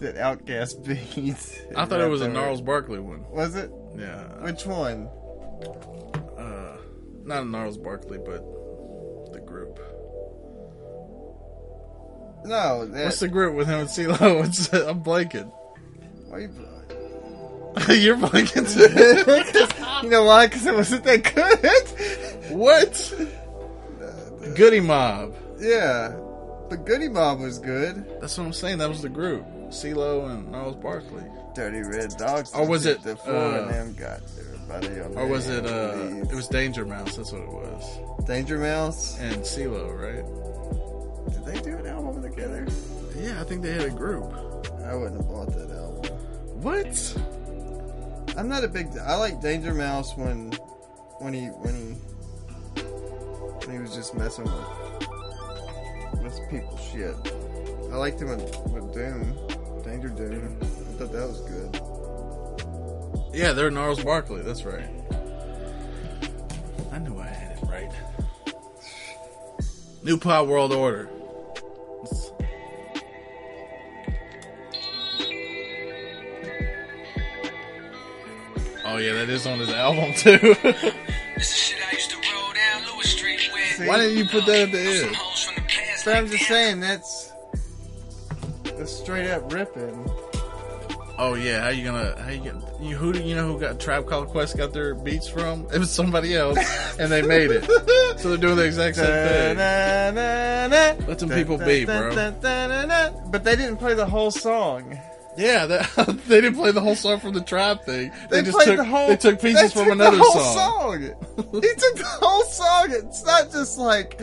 Speaker 6: that Outcast beats.
Speaker 5: I thought it was a Gnarls Barkley one.
Speaker 6: Was it?
Speaker 5: Yeah,
Speaker 6: Which one?
Speaker 5: not a Gnarls Barkley, but the group.
Speaker 6: No, that,
Speaker 5: What's the group with him and CeeLo? It's- I'm blanking.
Speaker 6: why you-
Speaker 5: You're blanking too.
Speaker 6: you know why? Because it wasn't that good.
Speaker 5: what? Goody Mob.
Speaker 6: yeah, but Goody Mob was good.
Speaker 5: That's what I'm saying. That was the group. CeeLo and Gnarls Barkley.
Speaker 6: Dirty Red Dogs.
Speaker 5: Or was it,
Speaker 6: the four
Speaker 5: uh,
Speaker 6: of them got everybody on?
Speaker 5: Or was
Speaker 6: their
Speaker 5: it uh
Speaker 6: knees.
Speaker 5: it was Danger Mouse, that's what it was.
Speaker 6: Danger Mouse?
Speaker 5: And CeeLo, right?
Speaker 6: Did they do an album together?
Speaker 5: Yeah, I think they had a group.
Speaker 6: I wouldn't have bought that album.
Speaker 5: What?
Speaker 6: I'm not a big. I like Danger Mouse when, when he when he when he was just messing with with people shit. I liked him with, with Doom, Danger Doom. I thought that was good.
Speaker 5: Yeah, they're Gnarls Barkley, that's right. I knew I had it right. New Pop World Order. Oh yeah, that is on his album too. Why didn't you put that at the end?
Speaker 6: But I'm just saying that's that's straight up ripping.
Speaker 5: Oh yeah, how you gonna how you gonna you who do you know who got Tribe Called Quest got their beats from? It was somebody else, and they made it. So they're doing the exact same thing.
Speaker 6: Let
Speaker 5: them people be, bro.
Speaker 6: But they didn't play the whole song.
Speaker 5: Yeah, that, they didn't play the whole song from the Tribe thing. They, just
Speaker 6: played
Speaker 5: took they took pieces
Speaker 6: they
Speaker 5: from
Speaker 6: took
Speaker 5: another
Speaker 6: the whole
Speaker 5: song.
Speaker 6: song. he took the whole song. It's not just like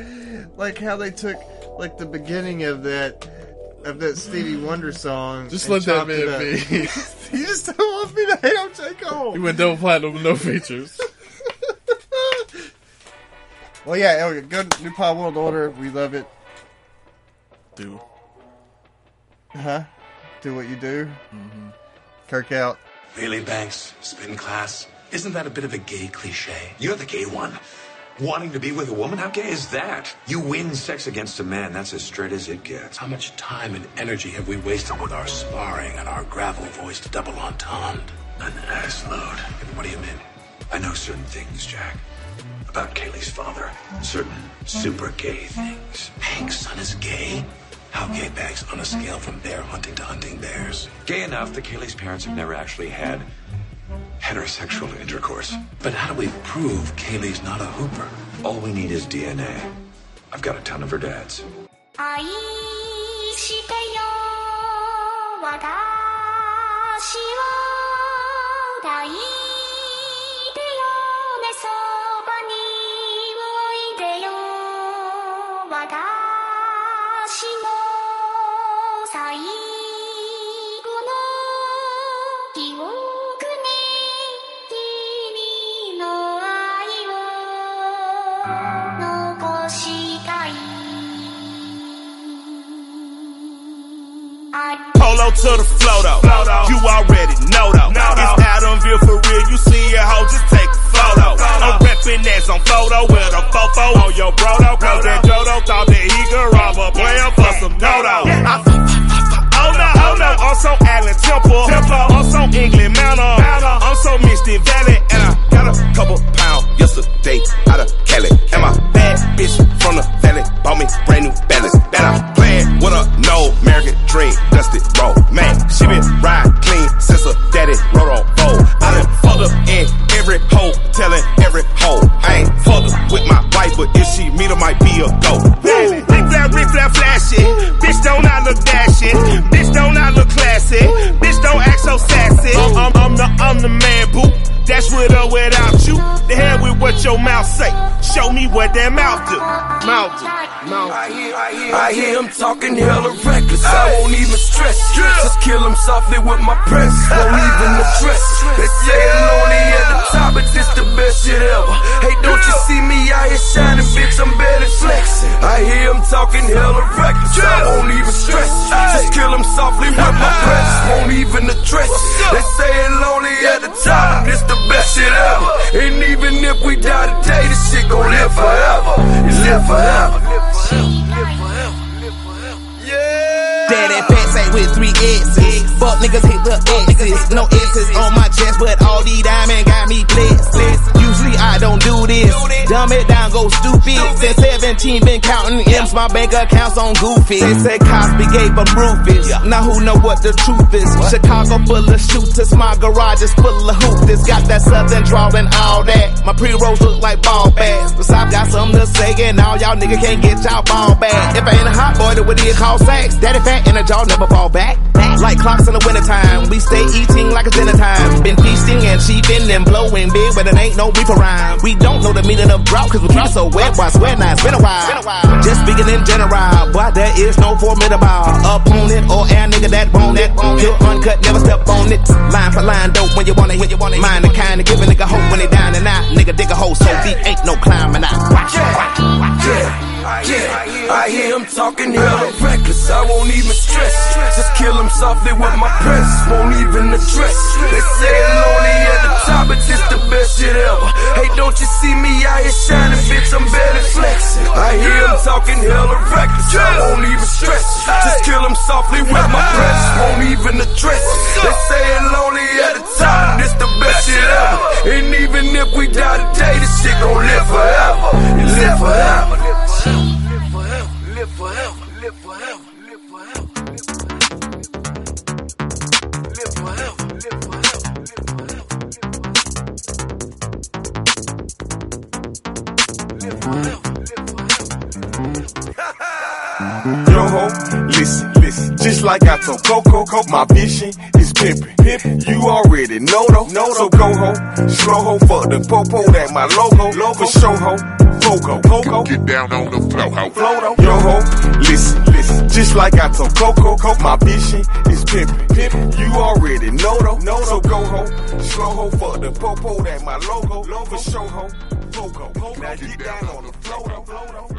Speaker 6: like how they took like the beginning of that of that Stevie Wonder song.
Speaker 5: Just
Speaker 6: and
Speaker 5: let that
Speaker 6: chopped it up.
Speaker 5: man be.
Speaker 6: you just don't want me to hate on J Cole.
Speaker 5: He went double platinum with no features.
Speaker 6: Well, yeah, okay, go to New Pop World Order. We love it.
Speaker 5: Dude,
Speaker 6: Huh? Do what you do.
Speaker 5: Mm-hmm.
Speaker 6: Kirk out.
Speaker 11: Really, Banks? Spin class? Isn't that a bit of a gay cliche? You're the gay one. Wanting to be with a woman? How gay is that? You win sex against a man. That's as straight as it gets. How much time and energy have we wasted with our sparring and our gravel voiced double entendre? An ass load. And what do you mean? I know certain things, Jack. About Kaylee's father. Certain super gay things. Hank's son is gay? How gay bags on a scale from bear hunting to hunting bears? Gay enough that Kaylee's parents have never actually had heterosexual intercourse. But how do we prove Kaylee's not a hooper? All we need is DNA. I've got a ton of her dad's.
Speaker 12: 愛してよ私を抱いてよねそばにおいでよ私の最後の記憶に君の愛を残したい I
Speaker 2: Polo to the flow though. You already know though. It's Adamville for real. You see a hoe, just take a photo. I'm reppin' as I'm photo with a fofo on your bro though. Cause that Jodo thought that he could rob a player for some dodo. I- Oh no, oh no, also Allen Temple, Temple, also England Manor.
Speaker 13: States, out of Cali. And my bad bitch from the valley bought me brand new balance. That I'm playing with a no American dream, dusty road. Man, she been riding clean since her daddy rode on bold. I done fucked up in every hole, telling every hole. I ain't fucked up with my wife, but if she meet her, might be a go. Woo! Big black, big black, flashy. Bitch, don't I look dashing? Bitch, don't I look classy? Bitch, don't act so sassy. I'm, I'm, I'm the, I'm the man, boo. That's with or without you. The hell with what your mouth say. Show me what that mouth do. Mouth do. Mouth. I hear, I hear,
Speaker 5: I hear him talking hella reckless. I won't even stress. Just kill him softly with my press. Won't even address. They say lonely at the top, but this the best shit ever. Hey, don't you see me out here shining, bitch? I'm barely flexing. I hear him talking hella reckless. I won't even stress. Just kill him softly with my press. Won't even address. They say lonely at the top, this the best shit ever. And even if we die today, this shit gon' live forever. It live forever.
Speaker 14: Daddy fat say with three X's. Fuck niggas hit the X's. No X's on my chest, but all these diamond got me blitzed. Usually I don't do this. Dumb it down, go stupid. Since 17, been counting M's. My bank account's on goofy. They said Cosby gave him Rufus. Now who know what the truth is? Chicago full of shooters. My garage is full of hoopers. Got that southern drawl and all that. My pre-rolls look like ball bags. But I've got something to say, and all y'all niggas can't get y'all ball back. If I ain't a hot boy, then what do you call sex? Daddy fat and a jaw never fall back. Like clocks in the wintertime, we stay eating like it's dinner time. Been feasting and cheaping and blowing big, but it ain't no reaper rhyme. We don't know the meaning of drought, cause we dry so wet, why sweat now? It's been a while. Just speaking in general, but there is no formidable opponent or air nigga that bone that bone. Pure uncut, never step on it. Line for line, dope when you want it, when you want it. Mind the kind of give a nigga hope when they down and out. Nigga dig a hole so deep, ain't no climbing out. Watch, watch, watch.
Speaker 5: Yeah, I hear him talking hella reckless. I won't even stress. Just kill him softly with my press. Won't even address. They say lonely at the top, but this the best shit ever. Hey, don't you see me out here shining, bitch? I'm barely flexing. I hear him talking hella reckless. I won't even stress. Just kill him softly with my press. Won't even address. They say lonely at the top, this the best shit ever. And even if we die today, this shit gon' live forever. It live forever.
Speaker 13: Yo ho, listen, listen. Just like I told Coco, Coco my vision is pimpin'. pimpin'. You already know though, know though. So go ho, slow ho, fuck the popo that my logo, logo show ho, Coco, Coco. Get down on the flow ho, flow though. Yo ho, listen, listen. Just like I told Coco, Coco my vision is pimpin'. pimpin'. You already know though, know though. So go ho, slow ho, fuck the popo that my logo, logo show ho, Coco. Now get down on the flow though, flow though.